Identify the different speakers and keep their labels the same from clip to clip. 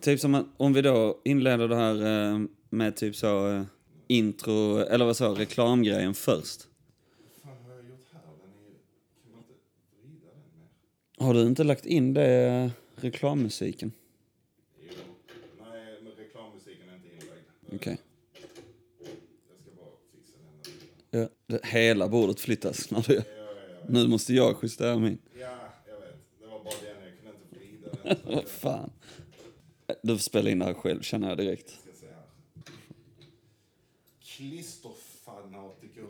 Speaker 1: Typ som att- om vi då inleder det här eh, med typ så eh, intro, eller vad sa reklamgrejen först.
Speaker 2: fan har jag gjort här? Den är ju... Kan man inte vrida den mer?
Speaker 1: Har du inte lagt in det eh, reklammusiken?
Speaker 2: Jo. Nej, men reklammusiken är inte inlagd.
Speaker 1: Okej.
Speaker 2: Jag ska bara fixa den. här bilden.
Speaker 1: Ja. det- Hela bordet flyttas när du...
Speaker 2: Ja, ja, ja.
Speaker 1: Nu måste jag justera min.
Speaker 2: ja, jag vet. Det var bara den. Jag kunde inte vrida den. Så
Speaker 1: Vad
Speaker 2: jag
Speaker 1: fan. Du får spela in det här själv känner jag direkt.
Speaker 2: ska se här. Klisterfanatiker.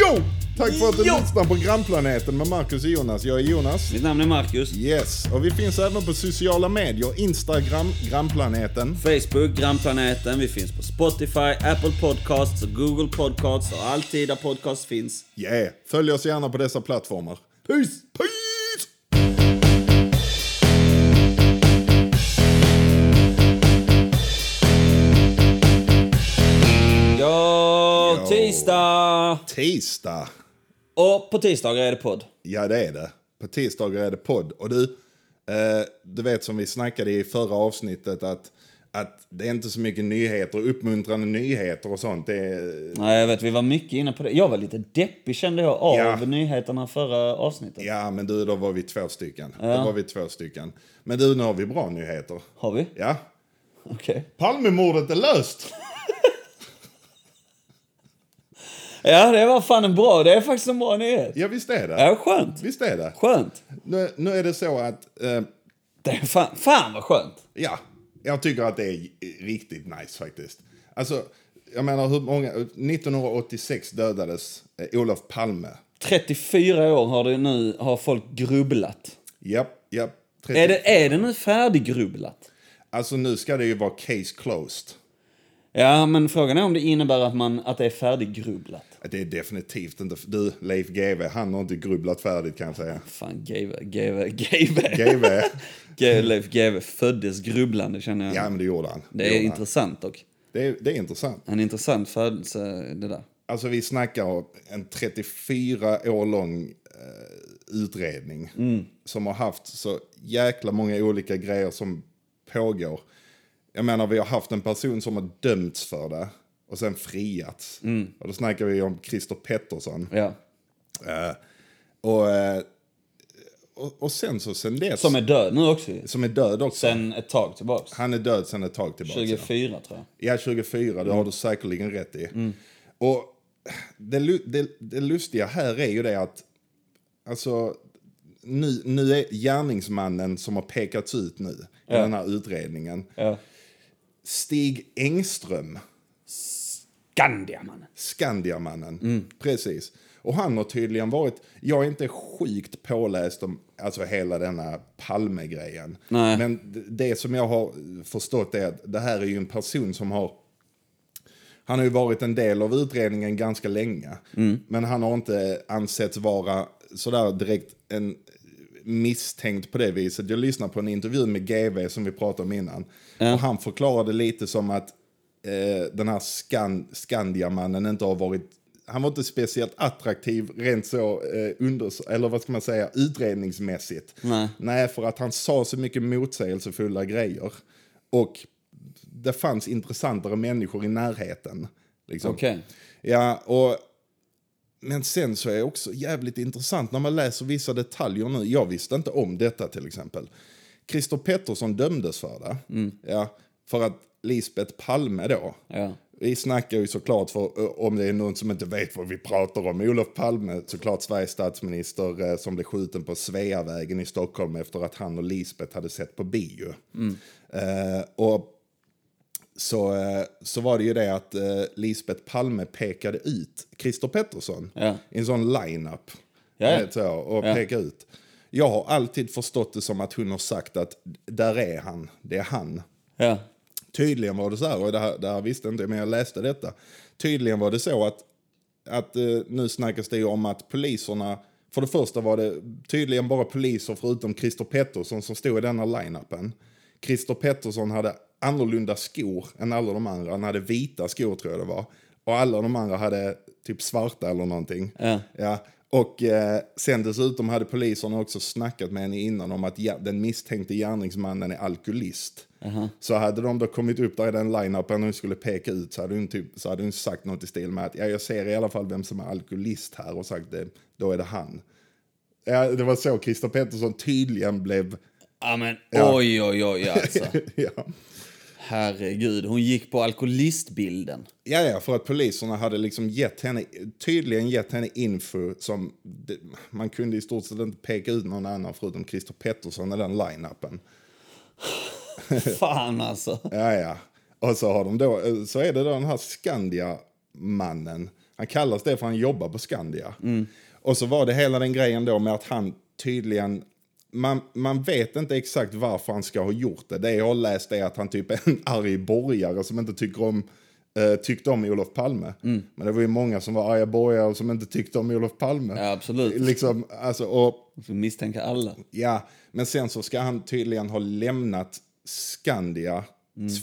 Speaker 2: Jo! Tack för att du lyssnar på Grannplaneten med Marcus och Jonas. Jag är Jonas.
Speaker 1: Mitt namn är Marcus.
Speaker 2: Yes, och vi finns även på sociala medier. Instagram, Grannplaneten.
Speaker 1: Facebook, Grannplaneten, vi finns på Spotify, Apple Podcasts, och Google Podcasts och alltid där podcasts finns.
Speaker 2: Yeah, följ oss gärna på dessa plattformar. Puss! Puss!
Speaker 1: Ja,
Speaker 2: Ja.
Speaker 1: tisdag!
Speaker 2: Tisdag.
Speaker 1: Och på tisdagar är det podd.
Speaker 2: Ja, det är det. På tisdagar är det podd. Och du, eh, du vet som vi snackade i förra avsnittet att, att det är inte så mycket nyheter, uppmuntrande nyheter och sånt. Det är,
Speaker 1: Nej, jag vet, vi var mycket inne på det. Jag var lite deppig kände jag av
Speaker 2: Ja.
Speaker 1: nyheterna förra avsnittet.
Speaker 2: ja, men du, då var vi två stycken. Då var vi två stycken. Men du, nu har vi bra nyheter.
Speaker 1: Har vi?
Speaker 2: Ja.
Speaker 1: Okej.
Speaker 2: Palmemordet är löst!
Speaker 1: Ja, det var fan en bra. Det är faktiskt en bra nyhet.
Speaker 2: Ja, visst är det.
Speaker 1: Ja, skönt.
Speaker 2: Visst är det.
Speaker 1: Skönt.
Speaker 2: Nu, nu är det så att... Eh,
Speaker 1: Det är fan, fan vad skönt.
Speaker 2: Ja, jag tycker att det är riktigt nice faktiskt. Alltså, jag menar hur många... 1986 dödades eh, Olof Palme.
Speaker 1: 34 år har det nu, har folk grubblat.
Speaker 2: Japp, japp. 30.
Speaker 1: Är det, är det nu färdiggrubblat?
Speaker 2: Alltså nu ska det ju vara case closed.
Speaker 1: Ja, men frågan är om det innebär att, man, att det är färdiggrubblat.
Speaker 2: Det är definitivt inte... Du, Leif GW, han har inte grubblat färdigt kan jag säga.
Speaker 1: Fan, GW, GW, GW.
Speaker 2: GW,
Speaker 1: Leif GW föddes grubblande känner jag.
Speaker 2: ja men det gjorde han.
Speaker 1: det är
Speaker 2: gjorde han.
Speaker 1: intressant dock.
Speaker 2: Det, är, det är intressant.
Speaker 1: En intressant födelse det där.
Speaker 2: Alltså vi snackar om en 34 år lång eh, utredning
Speaker 1: Mm.
Speaker 2: som har haft så jäkla många olika grejer som pågår. Jag menar vi har haft en person som har dömts för det och sen friats.
Speaker 1: Mm.
Speaker 2: Och då snackar vi om Christer Pettersson.
Speaker 1: Ja.
Speaker 2: Och, eh, och, och sen så sen dess,
Speaker 1: Som är död nu också ju.
Speaker 2: som är död också.
Speaker 1: Sen ett tag tillbaks.
Speaker 2: Han är död sen ett tag tillbaka.
Speaker 1: 24 tror jag.
Speaker 2: Ja, 24, det
Speaker 1: Mm.
Speaker 2: har du säkerligen rätt i. Och det, lu- det, det lustiga här är ju det att alltså, nu, nu är gärningsmannen som har pekats ut nu i den här utredningen
Speaker 1: Ja.
Speaker 2: Stig Engström,
Speaker 1: Skandiamannen.
Speaker 2: Skandiamannen. Precis. Och han har tydligen varit, jag är inte sjukt påläst om alltså, hela denna Palme-grejen.
Speaker 1: Nej.
Speaker 2: Men d- det som jag har förstått är att det här är ju en person som har Han har ju varit en del av utredningen ganska länge. Men han har inte ansetts vara sådär direkt en misstänkt på det viset. Jag lyssnade på en intervju med GV som vi pratade om innan. Och han förklarade lite som att eh, den här Skan- Skandiamannen inte har varit han var inte speciellt attraktiv rent så, eh, under, eller vad ska man säga, utredningsmässigt.
Speaker 1: Nej.
Speaker 2: Nej, för att han sa så mycket motsägelsefulla grejer. Och det fanns intressantare människor i närheten. Liksom.
Speaker 1: Okej.
Speaker 2: Ja, och, men sen så är det också jävligt intressant när man läser vissa detaljer nu. Jag visste inte om detta till exempel. Christer Pettersson dömdes för det. Ja, för att Lisbeth Palme då.
Speaker 1: Ja.
Speaker 2: Vi snackar ju såklart, för, ö, om det är någon som inte vet vad vi pratar om, Olof Palme, såklart Sveriges statsminister eh, som blev skjuten på Sveavägen i Stockholm efter att han och Lisbeth hade sett på bio.
Speaker 1: Mm.
Speaker 2: Eh, och så, eh, så var det ju det att eh, Lisbeth Palme pekade ut Christer Pettersson
Speaker 1: Ja.
Speaker 2: i en sån line-up.
Speaker 1: Ja, ja.
Speaker 2: Vet så, och peka ut. Jag har alltid förstått det som att hon har sagt att där är han, det är han.
Speaker 1: Ja.
Speaker 2: Tydligen var det så här, och det här, det här visste inte jag, men jag läste detta. Tydligen var det så att, att eh, nu snackas det ju om att poliserna, för det första var det tydligen bara poliser förutom Christer Pettersson som stod i denna line-upen. Christer Pettersson hade annorlunda skor än alla de andra, han hade vita skor tror jag det var. Och alla de andra hade typ svarta eller någonting.
Speaker 1: Ja.
Speaker 2: Ja, Och eh, sen dessutom hade poliserna också snackat med henne innan om att ja, den misstänkte gärningsmannen är alkoholist. Så hade de då kommit upp där i den line-upen och hon skulle peka ut så hade, hon typ, så hade hon sagt något i stil med att ja, jag ser i alla fall vem som är alkoholist här och sagt det, då är det han. Ja, det var så Christer Pettersson tydligen blev...
Speaker 1: Ja, men oj, oj, oj alltså.
Speaker 2: ja.
Speaker 1: Herregud, hon gick på alkoholistbilden.
Speaker 2: Ja, ja, för att poliserna hade liksom gett henne, tydligen gett henne info som det, man kunde i stort sett inte peka ut någon annan förutom Christer Pettersson i den line-upen.
Speaker 1: Fan alltså.
Speaker 2: Ja, ja. Och så, har de då, eh, så är det då den här Skandia-mannen. Han kallas det för han jobbar på Skandia. Och så var det hela den grejen då med att han tydligen... Man, man vet inte exakt varför han ska ha gjort det. Det jag har läst är att han typ är en arg borgare som inte tycker om, eh, tyckte om Olof Palme. Men det var ju många som var arga borgare som inte tyckte om Olof Palme.
Speaker 1: Ja, absolut.
Speaker 2: Liksom, alltså, och
Speaker 1: Så misstänker alla.
Speaker 2: Ja, men sen så ska han tydligen ha lämnat Skandia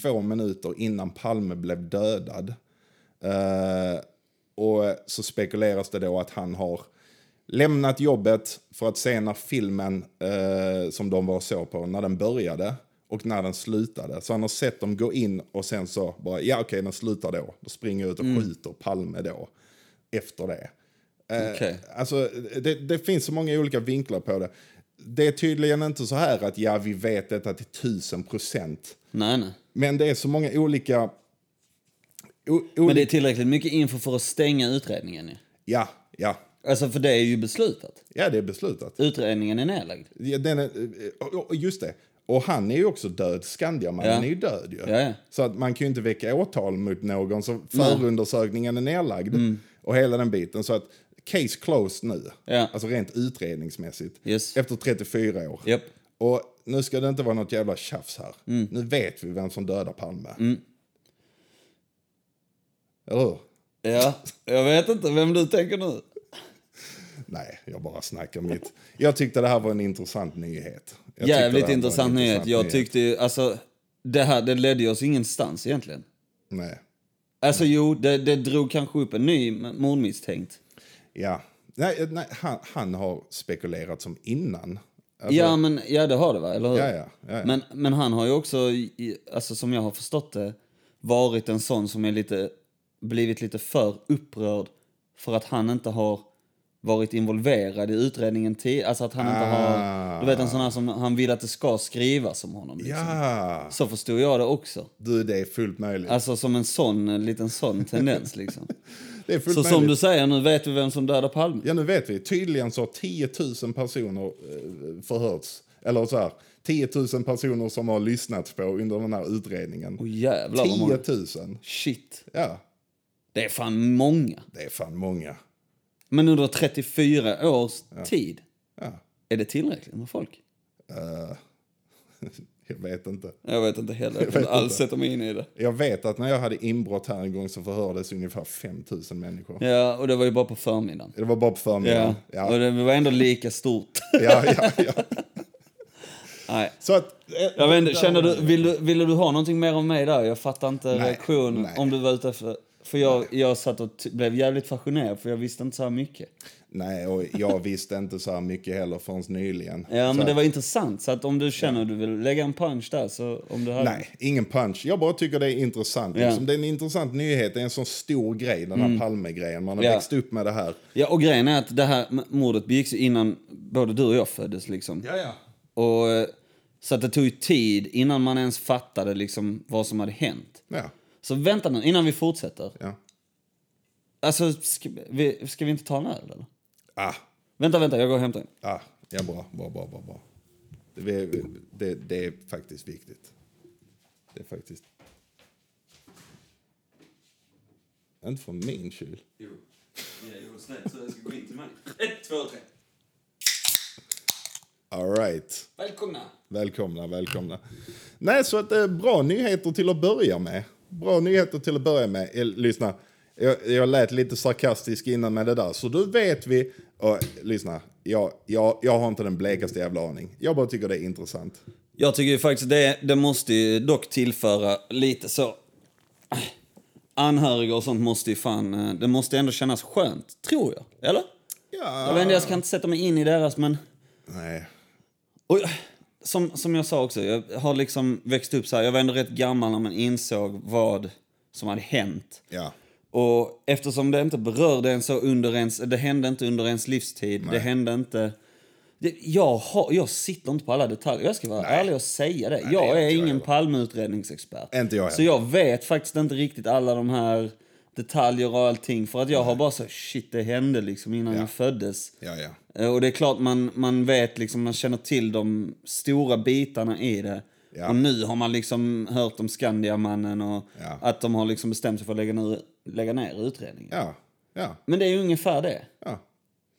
Speaker 2: två minuter innan Palme blev dödad. Eh, och så spekuleras det då att han har lämnat jobbet för att se när filmen eh, som de var och såg på, när den började och när den slutade. Så han har sett dem gå in och sen så bara, ja okej den slutar då. Då springer jag ut och skjuter Palme då. Efter det. Eh,
Speaker 1: Okej.
Speaker 2: Alltså, det, det finns så många olika vinklar på det. Det är tydligen inte så här att ja, vi vet detta till tusen procent.
Speaker 1: Nej, nej.
Speaker 2: Men det är så många olika... O,
Speaker 1: Men det är tillräckligt mycket info för att stänga utredningen. ju.
Speaker 2: Ja, ja.
Speaker 1: Alltså, för det är ju beslutat.
Speaker 2: Ja, det är beslutat.
Speaker 1: Utredningen är nedlagd.
Speaker 2: Ja, den är, och- och- och just det. Och han är ju också död. Skandiamannen
Speaker 1: Ja.
Speaker 2: är ju död ju.
Speaker 1: Ja, ja.
Speaker 2: Så att man kan ju inte väcka åtal mot någon. Så förundersökningen är nedlagd.
Speaker 1: Mm.
Speaker 2: Och hela den biten. Så att case closed nu.
Speaker 1: Ja.
Speaker 2: Alltså rent utredningsmässigt.
Speaker 1: Yes.
Speaker 2: Efter 34 år.
Speaker 1: Japp.
Speaker 2: Och nu ska det inte vara något jävla tjafs här.
Speaker 1: Mm.
Speaker 2: Nu vet vi vem som dödar Palme. Mm. Eller hur?
Speaker 1: Ja, jag vet inte vem du tänker nu.
Speaker 2: Nej, jag bara snackar mitt. Jag tyckte det här var en intressant nyhet. Jag tyckte det här
Speaker 1: Jävligt
Speaker 2: var en
Speaker 1: intressant nyhet. Jag tyckte ju, alltså, det här det ledde ju oss ingenstans egentligen.
Speaker 2: Nej.
Speaker 1: Alltså jo, det, det drog kanske upp en ny m- mordmisstänkt.
Speaker 2: Ja. Nej, nej han, han har spekulerat som innan. Alltså,
Speaker 1: ja, men ja, det har det va, eller hur?
Speaker 2: Ja, ja, ja, ja.
Speaker 1: Men, men han har ju också, i- i- alltså, som jag har förstått det, varit en sån som är lite, blivit lite för upprörd för att han inte har varit involverad i utredningen till, alltså att han inte har,
Speaker 2: Ah.
Speaker 1: du vet en sån här som han vill att det ska skrivas om honom. Liksom.
Speaker 2: ja,
Speaker 1: Så förstod jag det också.
Speaker 2: du det är fullt möjligt.
Speaker 1: Alltså som en sån, en liten sån tendens liksom.
Speaker 2: det är fullt
Speaker 1: Så
Speaker 2: möjligt.
Speaker 1: som du säger, nu vet vi vem som dödade Palme.
Speaker 2: Ja, nu vet vi. Tydligen så har 10 000 personer eh, förhörts. Eller så här, 10 000 personer som har lyssnat på under den här utredningen.
Speaker 1: Åh jävlar vad många.
Speaker 2: 10 000?
Speaker 1: Shit.
Speaker 2: Ja,
Speaker 1: Det är fan många.
Speaker 2: det är fan många.
Speaker 1: Men under 34 års tid,
Speaker 2: Ja.
Speaker 1: är det tillräckligt med folk?
Speaker 2: Eh, Jag vet inte.
Speaker 1: Jag vet inte heller, jag kan inte alls sätta mig in i det.
Speaker 2: Jag vet att när jag hade inbrott här en gång så förhördes ungefär 5 000 människor.
Speaker 1: Ja, och det var ju bara på förmiddagen.
Speaker 2: Det var bara på förmiddagen.
Speaker 1: Ja,
Speaker 2: Ja.
Speaker 1: och
Speaker 2: Ja.
Speaker 1: det var ändå lika stort.
Speaker 2: Ja, ja, ja.
Speaker 1: Nej.
Speaker 2: Så att... eh,
Speaker 1: Jag vet inte, känner du, vill du, ville du ha någonting mer av mig där? Jag fattar inte
Speaker 2: Nej,
Speaker 1: reaktionen
Speaker 2: nej.
Speaker 1: om du var ute efter... För jag, jag satt och t- blev jävligt fascinerad för jag visste inte så här mycket.
Speaker 2: Nej, och jag visste inte så här mycket heller förrän nyligen.
Speaker 1: Ja,
Speaker 2: så
Speaker 1: men det
Speaker 2: att-
Speaker 1: var intressant. Så att om du känner att du vill lägga en punch där så om du hade...
Speaker 2: Nej, ingen punch. Jag bara tycker det är intressant.
Speaker 1: Ja. Mm.
Speaker 2: Liksom. Det är en intressant nyhet. Det är en sån stor grej, den här Palme-grejen. Man har
Speaker 1: Ja.
Speaker 2: växt upp med det här.
Speaker 1: Ja, och grejen är att det här m- mordet begicks ju innan både du och jag föddes liksom.
Speaker 2: Ja, ja.
Speaker 1: Och, eh, så att det tog ju tid innan man ens fattade liksom vad som hade hänt.
Speaker 2: Ja,
Speaker 1: Så vänta nu, innan vi fortsätter.
Speaker 2: ja.
Speaker 1: Alltså, ska vi, ska vi inte ta en öl eller?
Speaker 2: Ah,
Speaker 1: Vänta, vänta, jag går och hämtar en.
Speaker 2: ah. Ja, bra, bra, bra, bra. bra. Det, är, det, det är faktiskt viktigt. Det är faktiskt... Inte från min kyl.
Speaker 1: Jo, jag gjorde snett så jag ska gå in till mig. Ett, två, tre.
Speaker 2: All right.
Speaker 1: Välkomna!
Speaker 2: Välkomna, välkomna. Nej, så att eh, bra nyheter till att börja med. Bra nyheter till att börja med. Eh, Lyssna, jag, jag lät lite sarkastisk innan med det där. Så då vet vi. Och, lyssna, jag, jag, jag har inte den blekaste jävla aning. Jag bara tycker det är intressant.
Speaker 1: Jag tycker ju faktiskt det, det måste ju dock tillföra lite så... eh, Anhöriga och sånt måste ju fan... eh, Det måste ändå kännas skönt, tror jag. Eller?
Speaker 2: Ja.
Speaker 1: Jag vet inte, jag ska inte sätta mig in i deras, men...
Speaker 2: Nej.
Speaker 1: Och jag, som, som jag sa också, jag har liksom växt upp så här. Jag var ändå rätt gammal när man insåg vad som hade hänt.
Speaker 2: Ja.
Speaker 1: Och eftersom det inte berörde en så under ens... Det hände inte under ens livstid. Det hände inte... Det, jag, har, jag sitter inte på alla detaljer. Jag ska vara ärlig och säga det.
Speaker 2: det
Speaker 1: jag
Speaker 2: gör
Speaker 1: är
Speaker 2: inte jag
Speaker 1: ingen
Speaker 2: heller.
Speaker 1: Palmeutredningsexpert.
Speaker 2: Inte jag heller.
Speaker 1: Så jag vet faktiskt inte riktigt alla de här detaljer och allting. För att jag har bara så shit, det hände liksom innan jag föddes.
Speaker 2: Ja, ja.
Speaker 1: Eh, Och det är klart man, man vet liksom, man känner till de stora bitarna i det.
Speaker 2: Ja.
Speaker 1: Och nu har man liksom hört om Skandiamannen och
Speaker 2: Ja.
Speaker 1: att de har liksom bestämt sig för att lägga ner, lägga ner utredningen.
Speaker 2: Ja. Ja.
Speaker 1: Men det är ju ungefär det.
Speaker 2: ja.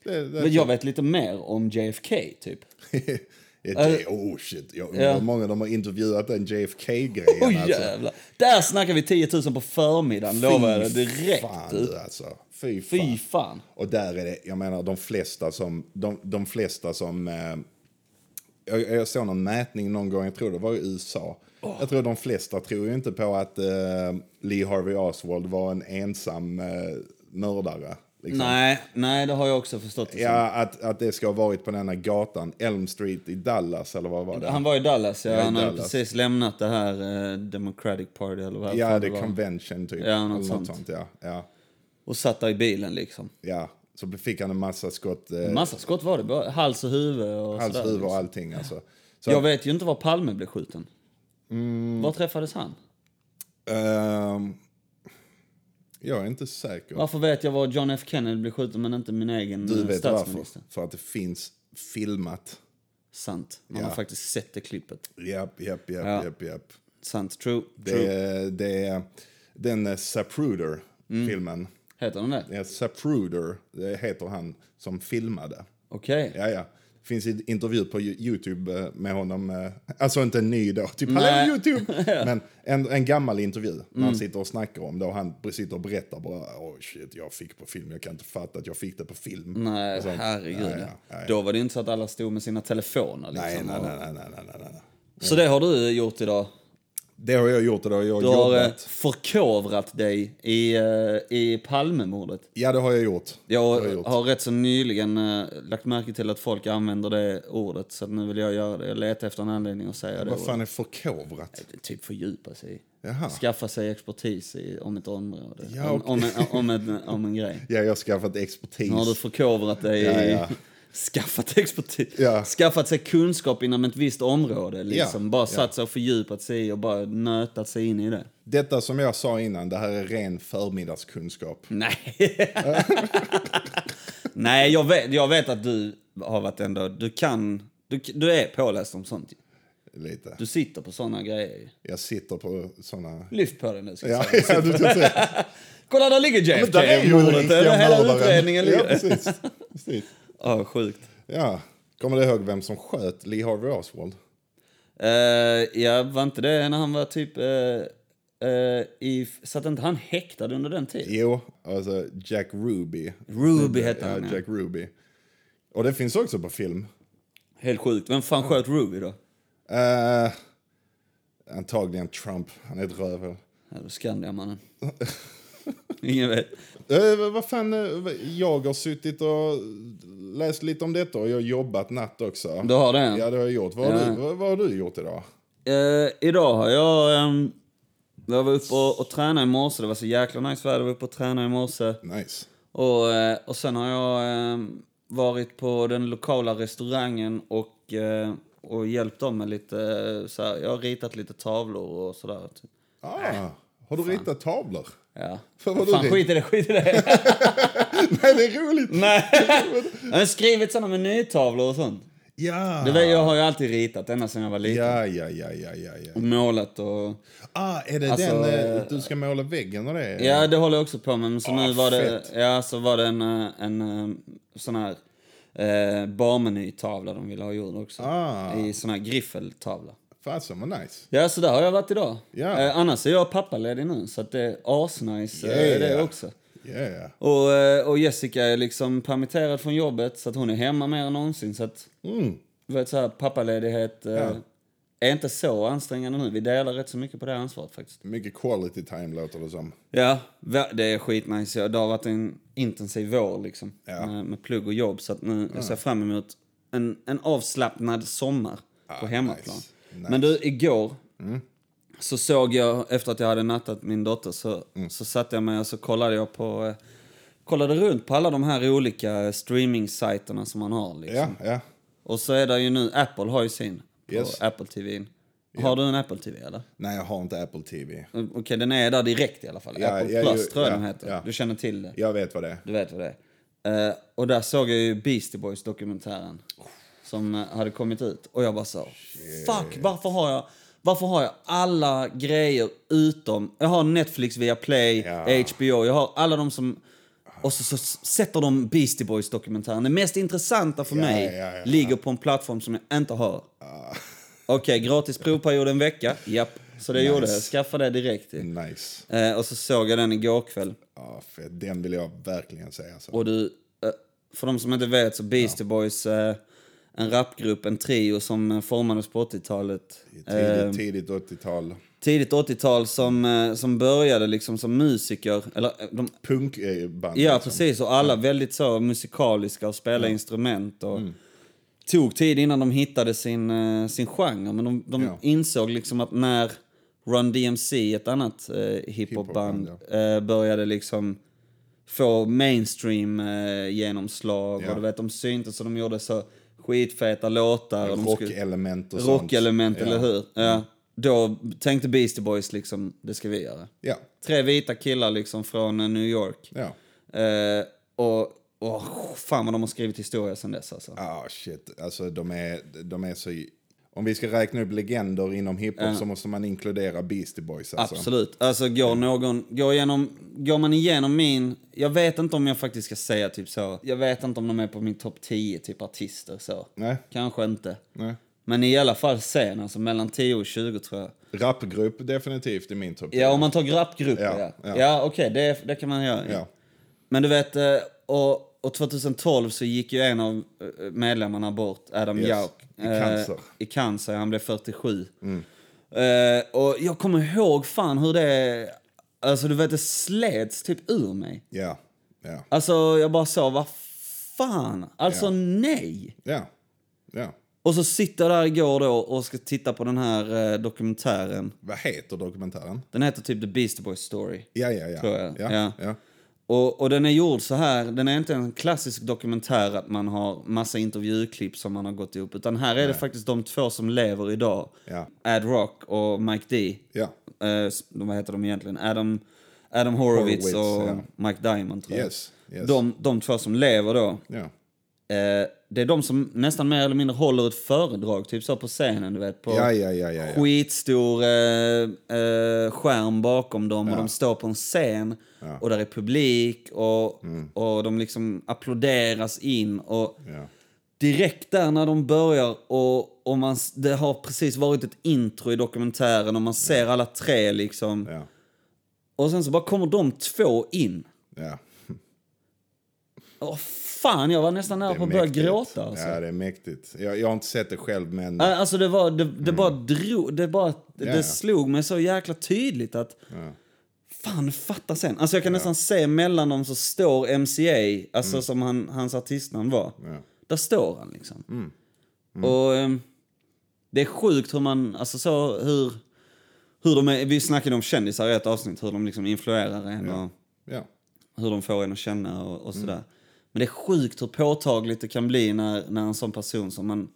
Speaker 2: Det, det.
Speaker 1: Men jag vet lite mer om JFK typ.
Speaker 2: Ja, det, oh shit, jag undrar
Speaker 1: Alltså- Ja.
Speaker 2: hur många de har intervjuat den JFK-grejen.
Speaker 1: Oj jävlar! Där snackar vi 10 000 på förmiddagen lovar jag dig direkt.
Speaker 2: Fan,
Speaker 1: du.
Speaker 2: du, alltså. Fy fan.
Speaker 1: Fy fan.
Speaker 2: Och där är det, jag menar de flesta som, de, de flesta som, eh, jag, jag såg någon mätning någon gång, jag tror det var i USA. Jag tror de flesta tror ju inte på att eh, Lee Harvey Oswald var en ensam eh, mördare. Liksom.
Speaker 1: Nej, nej det har jag också förstått. det
Speaker 2: Ja, att, att det ska ha varit på den här gatan, Elm Street i Dallas eller vad var det?
Speaker 1: som. Han var i Dallas, ja.
Speaker 2: i
Speaker 1: han hade
Speaker 2: Dallas.
Speaker 1: precis lämnat det här eh, Democratic Party eller vad
Speaker 2: ja,
Speaker 1: fan
Speaker 2: det är
Speaker 1: var.
Speaker 2: convention typ.
Speaker 1: Ja, något
Speaker 2: eller
Speaker 1: sånt.
Speaker 2: ja. ja,
Speaker 1: Och satt där i bilen liksom.
Speaker 2: ja. Så fick han en massa skott, eh,
Speaker 1: Massa skott var det. Bara hals och huvud och
Speaker 2: hals,
Speaker 1: sådär,
Speaker 2: huvud och
Speaker 1: liksom.
Speaker 2: allting alltså. Så
Speaker 1: Jag vet ju inte var Palme blev skjuten.
Speaker 2: Mm.
Speaker 1: Var träffades han?
Speaker 2: Ehm, jag är inte säker.
Speaker 1: Varför vet jag var John F Kennedy blev skjuten men inte min egen
Speaker 2: du
Speaker 1: eh,
Speaker 2: vet varför.
Speaker 1: statsminister?
Speaker 2: För att det finns filmat.
Speaker 1: Sant. Man
Speaker 2: Ja.
Speaker 1: har faktiskt sett det klippet.
Speaker 2: Japp, japp, japp,
Speaker 1: Ja.
Speaker 2: japp, japp.
Speaker 1: Sant. True.
Speaker 2: Det
Speaker 1: True.
Speaker 2: är, det är den eh, Zapruder,
Speaker 1: Mm.
Speaker 2: filmen.
Speaker 1: Heter den det?
Speaker 2: Ja, Zapruder det heter han som filmade.
Speaker 1: Okej.
Speaker 2: Ja, ja. Det finns en intervju på Yo- Youtube eh, med honom. eh, Alltså inte en ny då, typ
Speaker 1: Nej. Mm.
Speaker 2: hallå Youtube! Men en, en gammal intervju när han sitter och snackar om det och han sitter och berättar bara åh shit, jag fick på film, jag kan inte fatta att jag fick det på film.
Speaker 1: Nej,
Speaker 2: Och sånt.
Speaker 1: herregud.
Speaker 2: Ja, ja, ja, ja.
Speaker 1: Då var det inte så att alla stod med sina telefoner. Liksom,
Speaker 2: Nej, nej,
Speaker 1: och-
Speaker 2: nej, nej, nej, nej, nej, nej.
Speaker 1: Så det har du gjort idag.
Speaker 2: Det har jag gjort och det har jag
Speaker 1: Du har eh,
Speaker 2: jobbat.
Speaker 1: förkovrat dig i, eh, i Palmemordet.
Speaker 2: Ja, det har jag gjort.
Speaker 1: Jag
Speaker 2: Det har jag gjort.
Speaker 1: har rätt så nyligen eh, lagt märke till att folk använder det ordet, så att nu vill jag göra det. Jag letar efter en anledning att säga det
Speaker 2: Vad
Speaker 1: ordet.
Speaker 2: fan är förkovrat?
Speaker 1: Typ fördjupa sig i.
Speaker 2: Jaha.
Speaker 1: Skaffa sig expertis i, om ett område,
Speaker 2: Ja,
Speaker 1: om, om, en, om, en, om en grej.
Speaker 2: Ja, jag har skaffat expertis.
Speaker 1: Nu har du förkovrat dig
Speaker 2: Ja,
Speaker 1: i...
Speaker 2: ja.
Speaker 1: Skaffat expertis.
Speaker 2: Ja.
Speaker 1: Skaffat sig kunskap inom ett visst område. Liksom.
Speaker 2: Ja,
Speaker 1: Bara satt sig och fördjupat sig i och bara nötat sig in i det.
Speaker 2: Detta som jag sa innan, det här är ren förmiddagskunskap.
Speaker 1: Nej. Nej, jag vet, jag vet att du har varit ändå... Du kan... Du, du är påläst om sånt. ju.
Speaker 2: Lite.
Speaker 1: Du sitter på såna grejer. ju.
Speaker 2: Jag sitter på sådana...
Speaker 1: Lyft på dig nu. Ska jag säga.
Speaker 2: Ja, ja, du kan säga.
Speaker 1: Kolla, där ligger JFK.
Speaker 2: Men där är ju den
Speaker 1: mordet.
Speaker 2: riktiga
Speaker 1: Över Hela
Speaker 2: mördaren.
Speaker 1: utredningen
Speaker 2: Ja,
Speaker 1: ligger.
Speaker 2: precis. precis.
Speaker 1: Ja, sjukt.
Speaker 2: Ja. Kommer du ihåg vem som sköt Lee Harvey Oswald?
Speaker 1: Eh, ja, var inte det när han var typ... eh, eh, i, satt inte han häktad under den tiden?
Speaker 2: Jo, alltså Jack Ruby.
Speaker 1: Ruby hette
Speaker 2: Ja,
Speaker 1: han, ja.
Speaker 2: Jack Ruby. Och det finns också på film.
Speaker 1: Helt sjukt. Vem fan sköt Ruby då?
Speaker 2: Eh, antagligen Trump. Han är ett rövhål.
Speaker 1: Ja, då Skandiamannen. Ingen vet.
Speaker 2: Eh, vad fan, eh, jag har suttit och läst lite om detta och jag har jobbat natt också.
Speaker 1: Du har det? än.
Speaker 2: Ja, det har jag gjort. Vad har,
Speaker 1: Ja.
Speaker 2: du, vad, vad har du gjort idag?
Speaker 1: Eh, idag har jag... ehm, jag var uppe och, och tränade i morse. Det var så jäkla nice väder. Jag var uppe och tränade i morse.
Speaker 2: Nice.
Speaker 1: Och, eh, och sen har jag ehm, varit på den lokala restaurangen och, eh, och hjälpt dem med lite... eh, Så här, jag har ritat lite tavlor och sådär. Typ.
Speaker 2: Ah, har du ritat tavlor?
Speaker 1: Ja.
Speaker 2: Fan, vad
Speaker 1: Fan,
Speaker 2: roligt.
Speaker 1: skit i det, skit i det.
Speaker 2: Nej, det är roligt.
Speaker 1: Nej. Jag har skrivit såna menytavlor och sånt.
Speaker 2: Ja.
Speaker 1: Det vet, jag har ju alltid ritat ända sedan jag var liten.
Speaker 2: ja, ja, ja, ja, ja, ja.
Speaker 1: Målat och...
Speaker 2: Ah, är det
Speaker 1: Alltså,
Speaker 2: den eh,
Speaker 1: eh,
Speaker 2: du ska måla väggen och det?
Speaker 1: Ja, det håller jag också på med. Men så nu var
Speaker 2: Ah, fett.
Speaker 1: det, ja, så var det en, eh, en eh, sån här eh, barmenytavla de ville ha gjord också.
Speaker 2: Ah.
Speaker 1: I sån här griffeltavla.
Speaker 2: Fasen vad nice.
Speaker 1: Ja, så där har jag varit idag.
Speaker 2: Ja.
Speaker 1: Eh, annars är jag pappaledig nu, så att det är asnice
Speaker 2: Yeah.
Speaker 1: eh, det också.
Speaker 2: Yeah.
Speaker 1: Och, eh, och Jessica är liksom permitterad från jobbet, så att hon är hemma mer än någonsin. Så att,
Speaker 2: Mm.
Speaker 1: du vet, så här, pappaledighet. Eh, är inte så ansträngande nu. Vi delar rätt så mycket på det ansvaret faktiskt.
Speaker 2: Mycket quality time låter det som.
Speaker 1: Ja, va- det är skitnice. Ja, Det har varit en intensiv vår liksom. Med, med plugg och jobb. Så att nu, jag ser fram emot en, en avslappnad sommar på hemmaplan.
Speaker 2: Ah, nice, Mm.
Speaker 1: Men du, igår så såg jag, efter att jag hade nattat min dotter, så,
Speaker 2: Mm.
Speaker 1: så satte jag mig och så kollade jag på... Eh, kollade runt på alla de här olika eh, streaming-sajterna som man har. Liksom.
Speaker 2: Ja, ja.
Speaker 1: Och så är det ju nu, Apple har ju sin på
Speaker 2: Yes.
Speaker 1: Apple TV. Har du en Apple TV eller?
Speaker 2: Nej, jag har inte Apple TV.
Speaker 1: Eh, Okej, den är där direkt i alla fall.
Speaker 2: Ja,
Speaker 1: Apple
Speaker 2: ja,
Speaker 1: Plus
Speaker 2: ju-
Speaker 1: tror jag
Speaker 2: ja,
Speaker 1: den heter.
Speaker 2: ja.
Speaker 1: Du känner till det.
Speaker 2: Jag vet vad det är.
Speaker 1: Du vet vad det är. Eh, och där såg jag ju Beastie Boys dokumentären. Som eh, hade kommit ut. Och jag bara så, fuck varför har jag... Varför har jag alla grejer utom... Jag har Netflix via Play,
Speaker 2: Ja.
Speaker 1: HBO, jag har alla de som... Och så, så s- sätter de Beastie Boys-dokumentären. Det mest intressanta för
Speaker 2: Ja,
Speaker 1: mig
Speaker 2: ja, ja.
Speaker 1: ligger på en plattform som jag inte har.
Speaker 2: Ah.
Speaker 1: Okej, gratis provperiod en vecka. Japp. Så det gjorde jag. Skaffade det direkt.
Speaker 2: Nice.
Speaker 1: Eh, och så såg jag den igår kväll.
Speaker 2: Ja, för den vill jag verkligen säga. alltså. Så.
Speaker 1: Och du, eh, för de som inte vet så Beastie Boys, eh, en rapgrupp, en trio som eh, formades på 80-talet. Eh,
Speaker 2: Tidigt, tidigt 80-tal.
Speaker 1: Tidigt 80-tal som, eh, som började liksom som musiker. Eller, eh, de,
Speaker 2: Punkband.
Speaker 1: ja, precis. Och alla väldigt så musikaliska och spelade instrument. Och,
Speaker 2: Mm.
Speaker 1: Tog tid innan de hittade sin, eh, sin genre, men de, de
Speaker 2: Ja.
Speaker 1: insåg liksom att när Run DMC, ett annat eh, hiphopband,
Speaker 2: Hiphopband,
Speaker 1: eh, började liksom få mainstream eh, genomslag
Speaker 2: Ja.
Speaker 1: och du vet de syntes så de gjorde så skitfeta låtar. och de skulle-
Speaker 2: Rockelement och sånt.
Speaker 1: Rockelement,
Speaker 2: ja. Mm.
Speaker 1: eller hur? Ja. Då tänkte Beastie Boys liksom, det ska vi göra.
Speaker 2: Ja,
Speaker 1: Tre vita killar liksom från eh, New York.
Speaker 2: ja.
Speaker 1: Eh, och, och fan vad de har skrivit historia sen dess alltså.
Speaker 2: Ah, shit. Alltså, de är, de är så... Om vi ska räkna upp legender inom hiphop så måste man inkludera Beastie Boys. Alltså. Mm.
Speaker 1: Absolut. Alltså går någon, går, igenom, går man igenom min, jag vet inte om jag faktiskt ska säga typ så, jag vet inte om de är på min topp 10 typ artister så.
Speaker 2: Nej,
Speaker 1: Kanske inte.
Speaker 2: nej.
Speaker 1: Men i alla fall sen, alltså mellan 10 och 20 tror jag.
Speaker 2: Rapgrupp definitivt i min topp.
Speaker 1: Ja, om man tar rapgrupper ja.
Speaker 2: Ja,
Speaker 1: Ja,
Speaker 2: ja.
Speaker 1: okej, det, det kan man göra.
Speaker 2: Ja.
Speaker 1: Men du vet, eh, och, och 2012 så gick ju en av eh, medlemmarna bort, Adam
Speaker 2: Yes,
Speaker 1: Jauch.
Speaker 2: i cancer.
Speaker 1: Eh,
Speaker 2: Mm.
Speaker 1: I cancer, han blev 47. Eh, och jag kommer ihåg fan hur det... Alltså du vet, det slets typ ur mig.
Speaker 2: Ja, ja,
Speaker 1: Alltså jag bara sa, vad fan? Alltså
Speaker 2: Ja.
Speaker 1: nej!
Speaker 2: ja. ja.
Speaker 1: Och så sitter jag där igår då och ska titta på den här eh, dokumentären.
Speaker 2: Vad heter dokumentären?
Speaker 1: Den heter typ The Beastie Boys Story.
Speaker 2: Ja, ja, ja.
Speaker 1: Tror jag.
Speaker 2: Ja,
Speaker 1: Ja.
Speaker 2: ja.
Speaker 1: Och, och den är gjord så här, den är inte en klassisk dokumentär att man har massa intervjuklipp som man har gått ihop. Utan här är det faktiskt de två som lever idag.
Speaker 2: Ja.
Speaker 1: Ad Rock och Mike D.
Speaker 2: ja.
Speaker 1: Eh, s- vad heter de egentligen? Adam, Adam Horowitz,
Speaker 2: Horowitz,
Speaker 1: och
Speaker 2: ja.
Speaker 1: Mike Diamond tror jag.
Speaker 2: Yes, yes.
Speaker 1: De, de två som lever då.
Speaker 2: ja.
Speaker 1: Eh, det är de som nästan mer eller mindre håller ett föredrag, typ så på scenen du vet. På,
Speaker 2: Ja, ja, ja, ja, ja.
Speaker 1: skitstor eh, eh, skärm bakom dem och de står på en scen och där är publik och,
Speaker 2: Mm.
Speaker 1: och de liksom applåderas in. Och
Speaker 2: ja.
Speaker 1: direkt där när de börjar och, och man, s- det har precis varit ett intro i dokumentären och man ser alla tre liksom.
Speaker 2: ja.
Speaker 1: Och sen så bara kommer de två in.
Speaker 2: ja.
Speaker 1: Åh fan, jag var nästan nära på att börja
Speaker 2: mäktigt.
Speaker 1: gråta. Alltså.
Speaker 2: Ja, det är mäktigt. Jag, jag har inte sett det själv, men...
Speaker 1: Nej, Alltså det var, det, det bara drog, det bara, det
Speaker 2: Mm. Ja, ja.
Speaker 1: slog mig så jäkla tydligt att Fan, fatta sen. Alltså jag kan nästan se mellan dem så står MCA, alltså som han, hans artistnamn var.
Speaker 2: Mm. Ja. Mm.
Speaker 1: Där står han liksom. Och ehm, det är sjukt hur man, alltså så hur, hur de är, vi snackade om kändisar i ett avsnitt, hur de liksom influerar en och
Speaker 2: Ja.
Speaker 1: hur de får en att känna och, och sådär. Men det är sjukt hur påtagligt det kan bli när, när en sån person som man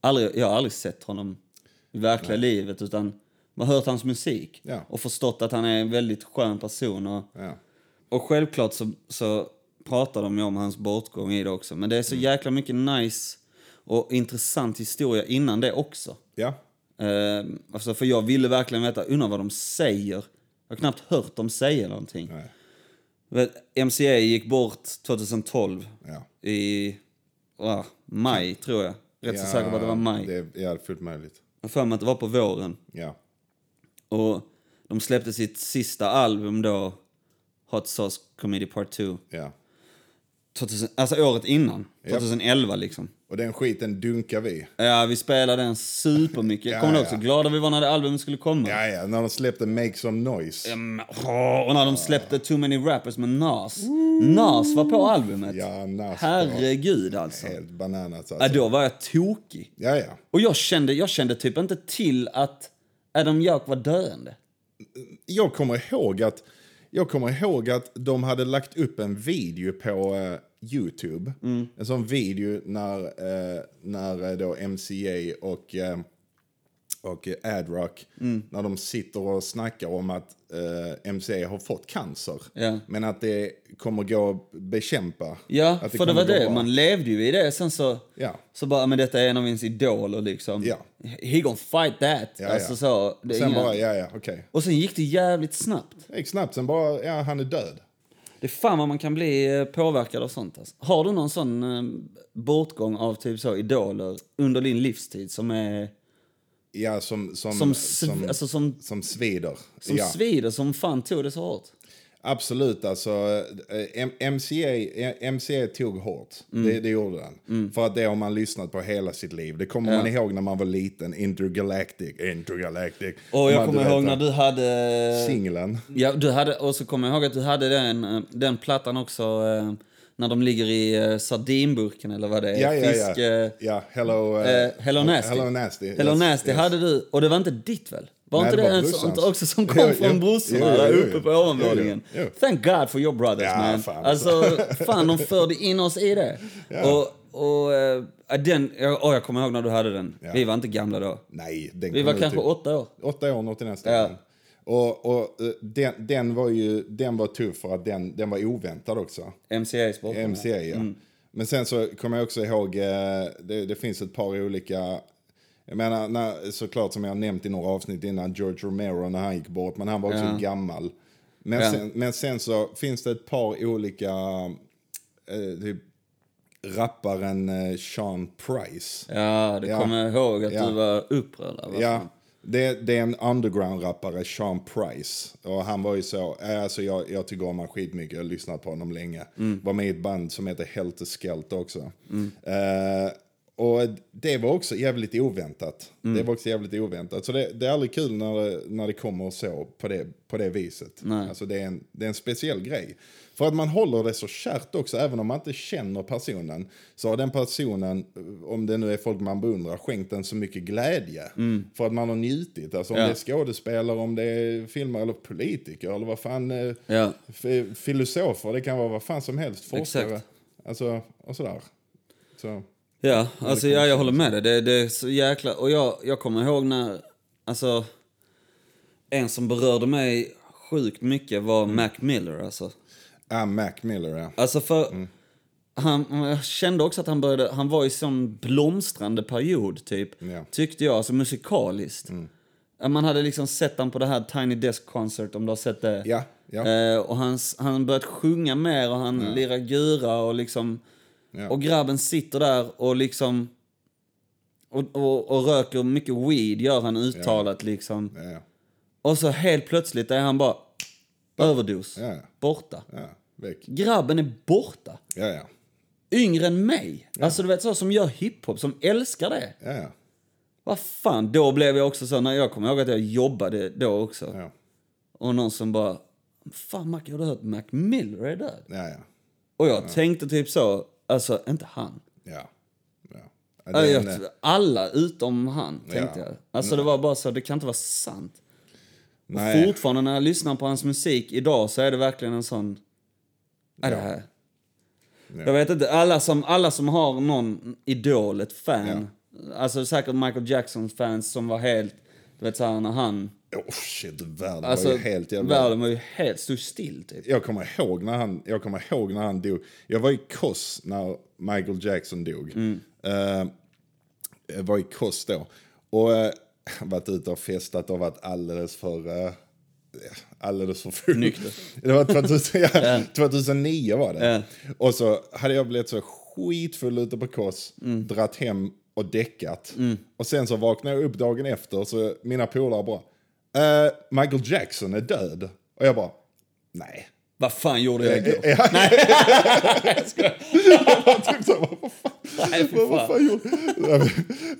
Speaker 1: aldrig, jag har aldrig sett honom i verkliga livet utan man har hört hans musik
Speaker 2: Ja.
Speaker 1: och förstått att han är en väldigt skön person. Och,
Speaker 2: Ja.
Speaker 1: och självklart så, så pratar de ju om hans bortgång i det också men det är så jäkla mycket nice och intressant historia innan det också.
Speaker 2: ja.
Speaker 1: Eh, alltså för jag ville verkligen veta, undrar vad de säger. Jag har knappt hört dem säga någonting.
Speaker 2: Nej.
Speaker 1: Vet, MCA gick bort 2012
Speaker 2: Ja.
Speaker 1: i ah, maj, tror jag. Rätt så säker på att det var maj.
Speaker 2: Det är, ja, fullt möjligt.
Speaker 1: Jag har för mig att det var på våren.
Speaker 2: Ja.
Speaker 1: Och de släppte sitt sista album då, Hot Sauce Comedy Part 2,
Speaker 2: ja.
Speaker 1: 2000, alltså året innan. 2011 liksom.
Speaker 2: Och Och den skiten dunkar vi.
Speaker 1: Ja, vi spelade den supermycket.
Speaker 2: Ja,
Speaker 1: Kommer du
Speaker 2: ja.
Speaker 1: också? Glada vi var när det albumet skulle komma.
Speaker 2: Ja, ja, när de släppte Make Some Noise.
Speaker 1: Ja, men, Liksom, åh, och när de släppte Too Many Rappers med Nas. Nas var på albumet.
Speaker 2: Ja, Nas
Speaker 1: Herregud alltså.
Speaker 2: Helt bananas
Speaker 1: Ja,
Speaker 2: alltså.
Speaker 1: då var jag tokig.
Speaker 2: Ja, ja.
Speaker 1: Och jag kände, jag kände typ inte till att Adam Jack var döende.
Speaker 2: jag kommer ihåg att jag kommer ihåg att de hade lagt upp en video på eh, Youtube. En sån video när, eh, när eh, då MCA och, eh, och eh, Adrock,
Speaker 1: Mm.
Speaker 2: när de sitter och snackar om att eh, MCA har fått cancer.
Speaker 1: Ja.
Speaker 2: Men att det kommer gå att bekämpa.
Speaker 1: Ja,
Speaker 2: att
Speaker 1: för det
Speaker 2: kommer
Speaker 1: var
Speaker 2: gå
Speaker 1: det.
Speaker 2: bra.
Speaker 1: Man levde ju i det. Sen så,
Speaker 2: Ja.
Speaker 1: så bara, men detta är en av ens idoler liksom.
Speaker 2: Ja.
Speaker 1: He gonna fight that.
Speaker 2: ja.
Speaker 1: Alltså så. Det är
Speaker 2: Sen
Speaker 1: inga-
Speaker 2: bara, ja, ja, okej.
Speaker 1: Och sen gick det jävligt snabbt.
Speaker 2: Det gick snabbt, sen bara, ja, han är död.
Speaker 1: Det är fan vad man kan bli eh, påverkad av sånt. Alltså. Har du någon sån eh, bortgång av typ så idoler under din livstid som är...
Speaker 2: Ja, som, Mm, som,
Speaker 1: Som, sv- alltså, som,
Speaker 2: som svider.
Speaker 1: som
Speaker 2: ja.
Speaker 1: svider, som fan tog det så hårt?
Speaker 2: Absolut, alltså. eh, M- MCA, eh, MCA tog hårt.
Speaker 1: Mm.
Speaker 2: Det, det gjorde den. För att det har man lyssnat på hela sitt liv. Det kommer man ihåg när man var liten. Intergalactic, intergalactic.
Speaker 1: Och jag
Speaker 2: Man,
Speaker 1: kommer
Speaker 2: vet,
Speaker 1: ihåg när du hade...
Speaker 2: Singeln.
Speaker 1: Ja, du hade, och så kommer jag ihåg att du hade den, eh, den plattan också eh, när de ligger i eh, sardinburken eller vad det är.
Speaker 2: Ja, ja,
Speaker 1: Fisk...
Speaker 2: ja.
Speaker 1: eh,
Speaker 2: ja hello, eh,
Speaker 1: eh, Hello Nasty.
Speaker 2: Hello Nasty.
Speaker 1: Hello
Speaker 2: Yes,
Speaker 1: Nasty
Speaker 2: yes.
Speaker 1: hade du, och det var inte ditt väl? Var
Speaker 2: Nej,
Speaker 1: inte det,
Speaker 2: det var
Speaker 1: en
Speaker 2: brorsans.
Speaker 1: sånt också som
Speaker 2: Jo,
Speaker 1: kom
Speaker 2: jo.
Speaker 1: från brorsorna
Speaker 2: Jo, jo,
Speaker 1: där
Speaker 2: jo, jo.
Speaker 1: uppe på
Speaker 2: Jo, jo,
Speaker 1: ovanvåningen?
Speaker 2: jo.
Speaker 1: Thank God for your brothers
Speaker 2: Ja,
Speaker 1: man.
Speaker 2: fan.
Speaker 1: Alltså, fan de förde in oss i det. Och, och eh, den, jag, åh, jag kommer ihåg när du hade den. Vi var inte gamla då.
Speaker 2: Nej, den
Speaker 1: Vi
Speaker 2: kom
Speaker 1: var
Speaker 2: ut
Speaker 1: kanske
Speaker 2: typ-
Speaker 1: åtta år.
Speaker 2: åtta år, något i den
Speaker 1: Ja.
Speaker 2: stilen. Och, och eh, den, den var ju, den var tuff för att den, den var oväntad också.
Speaker 1: MCA's borta.
Speaker 2: MCA, ja. Men sen så kommer jag också ihåg, eh, det, det finns ett par olika, jag menar när, såklart som jag har nämnt i några avsnitt innan, George Romero när han gick bort, men han var också gammal. Men,
Speaker 1: Ja.
Speaker 2: sen, men sen så finns det ett par olika, eh, typ rapparen eh, Sean Price.
Speaker 1: Ja, det
Speaker 2: Ja.
Speaker 1: kommer jag ihåg att
Speaker 2: Ja.
Speaker 1: du var upprörd över.
Speaker 2: Ja, det, det är en underground-rappare, Sean Price. Och han var ju så, eh, alltså jag, jag tycker om honom skitmycket, jag har lyssnat på honom länge. Var med i ett band som heter Helter Skelter också. Eh, och det var också jävligt oväntat. Det var också jävligt oväntat. Så det, det är aldrig kul när det, när det kommer så på det, på det viset. Alltså det är, en, det är en speciell grej. För att man håller det så kärt också, även om man inte känner personen. Så har den personen, om det nu är folk man beundrar, skänkt en så mycket glädje. För att man har njutit. Alltså om
Speaker 1: Mm. Ja.
Speaker 2: det är skådespelare, om det är filmare eller politiker eller vad fan. eh,
Speaker 1: Ja.
Speaker 2: f- Filosofer, det kan vara vad fan som helst. Forskare.
Speaker 1: Exakt.
Speaker 2: Alltså, och sådär. Så.
Speaker 1: Ja, alltså jag, jag håller med dig. Det, det är så jäkla... Och jag, jag kommer ihåg när... Alltså, en som berörde mig sjukt mycket var Mac Miller. Alltså,
Speaker 2: Ah, Mac Miller, ja.
Speaker 1: alltså för... Han, jag kände också att han började... Han var i sån blomstrande period, typ.
Speaker 2: Ja.
Speaker 1: Tyckte jag, alltså musikaliskt. Man hade liksom sett han på det här Tiny Desk Concert, om du har sett det.
Speaker 2: Ja, ja.
Speaker 1: Eh, och han, han börjat sjunga mer och han lirar gura och liksom...
Speaker 2: Ja.
Speaker 1: Och grabben sitter där och liksom... Och, och, och röker mycket weed, gör han uttalat liksom.
Speaker 2: Ja, ja.
Speaker 1: Och så helt plötsligt är han bara... Överdos.
Speaker 2: Ja.
Speaker 1: Borta.
Speaker 2: ja. Väck.
Speaker 1: Grabben är borta.
Speaker 2: Ja, ja.
Speaker 1: Yngre än mig. Alltså du vet så som gör hiphop, som älskar det.
Speaker 2: Ja, ja.
Speaker 1: Vad fan, då blev jag också så, när jag kommer ihåg att jag jobbade då också.
Speaker 2: Ja,
Speaker 1: Och någon som bara... Fan Mac, har du hört Mac Miller är död?
Speaker 2: ja. ja.
Speaker 1: Och jag tänkte typ så, alltså inte han.
Speaker 2: Ja. ja. Ja,
Speaker 1: Ja,
Speaker 2: den, eh,
Speaker 1: jag, alla utom han, tänkte
Speaker 2: Ja.
Speaker 1: jag. Alltså det var bara så, det kan inte vara sant. Och
Speaker 2: Nej.
Speaker 1: fortfarande när jag lyssnar på hans musik idag så är det verkligen en sån... Ja. Det här. Jag vet inte, alla som, alla som har någon idol, ett fan. Alltså säkert Michael Jackson-fans som var helt, du vet såhär när han...
Speaker 2: oh shit, världen
Speaker 1: Alltså,
Speaker 2: var ju helt jävla...
Speaker 1: världen var ju helt, stod still typ.
Speaker 2: Jag kommer, ihåg när han, jag kommer ihåg när han dog. Jag var i Kos när Michael Jackson dog. Eh, jag var i Kos då. Och eh, varit ute och festat och varit alldeles för... eh, alldeles för full. Det var 2000, ja, 2009 var det. Och så hade jag blivit så skitfull ute på Kos, dratt hem och däckat. Och sen så vaknade jag upp dagen efter så mina polare bara, eh, Michael Jackson är död. Och jag bara, nej.
Speaker 1: Vad fan gjorde jag igår?
Speaker 2: Ja.
Speaker 1: Nej,
Speaker 2: Jag tyckte så här, vad fan,
Speaker 1: nej fy
Speaker 2: vad,
Speaker 1: fan.
Speaker 2: vad fan gjorde jag?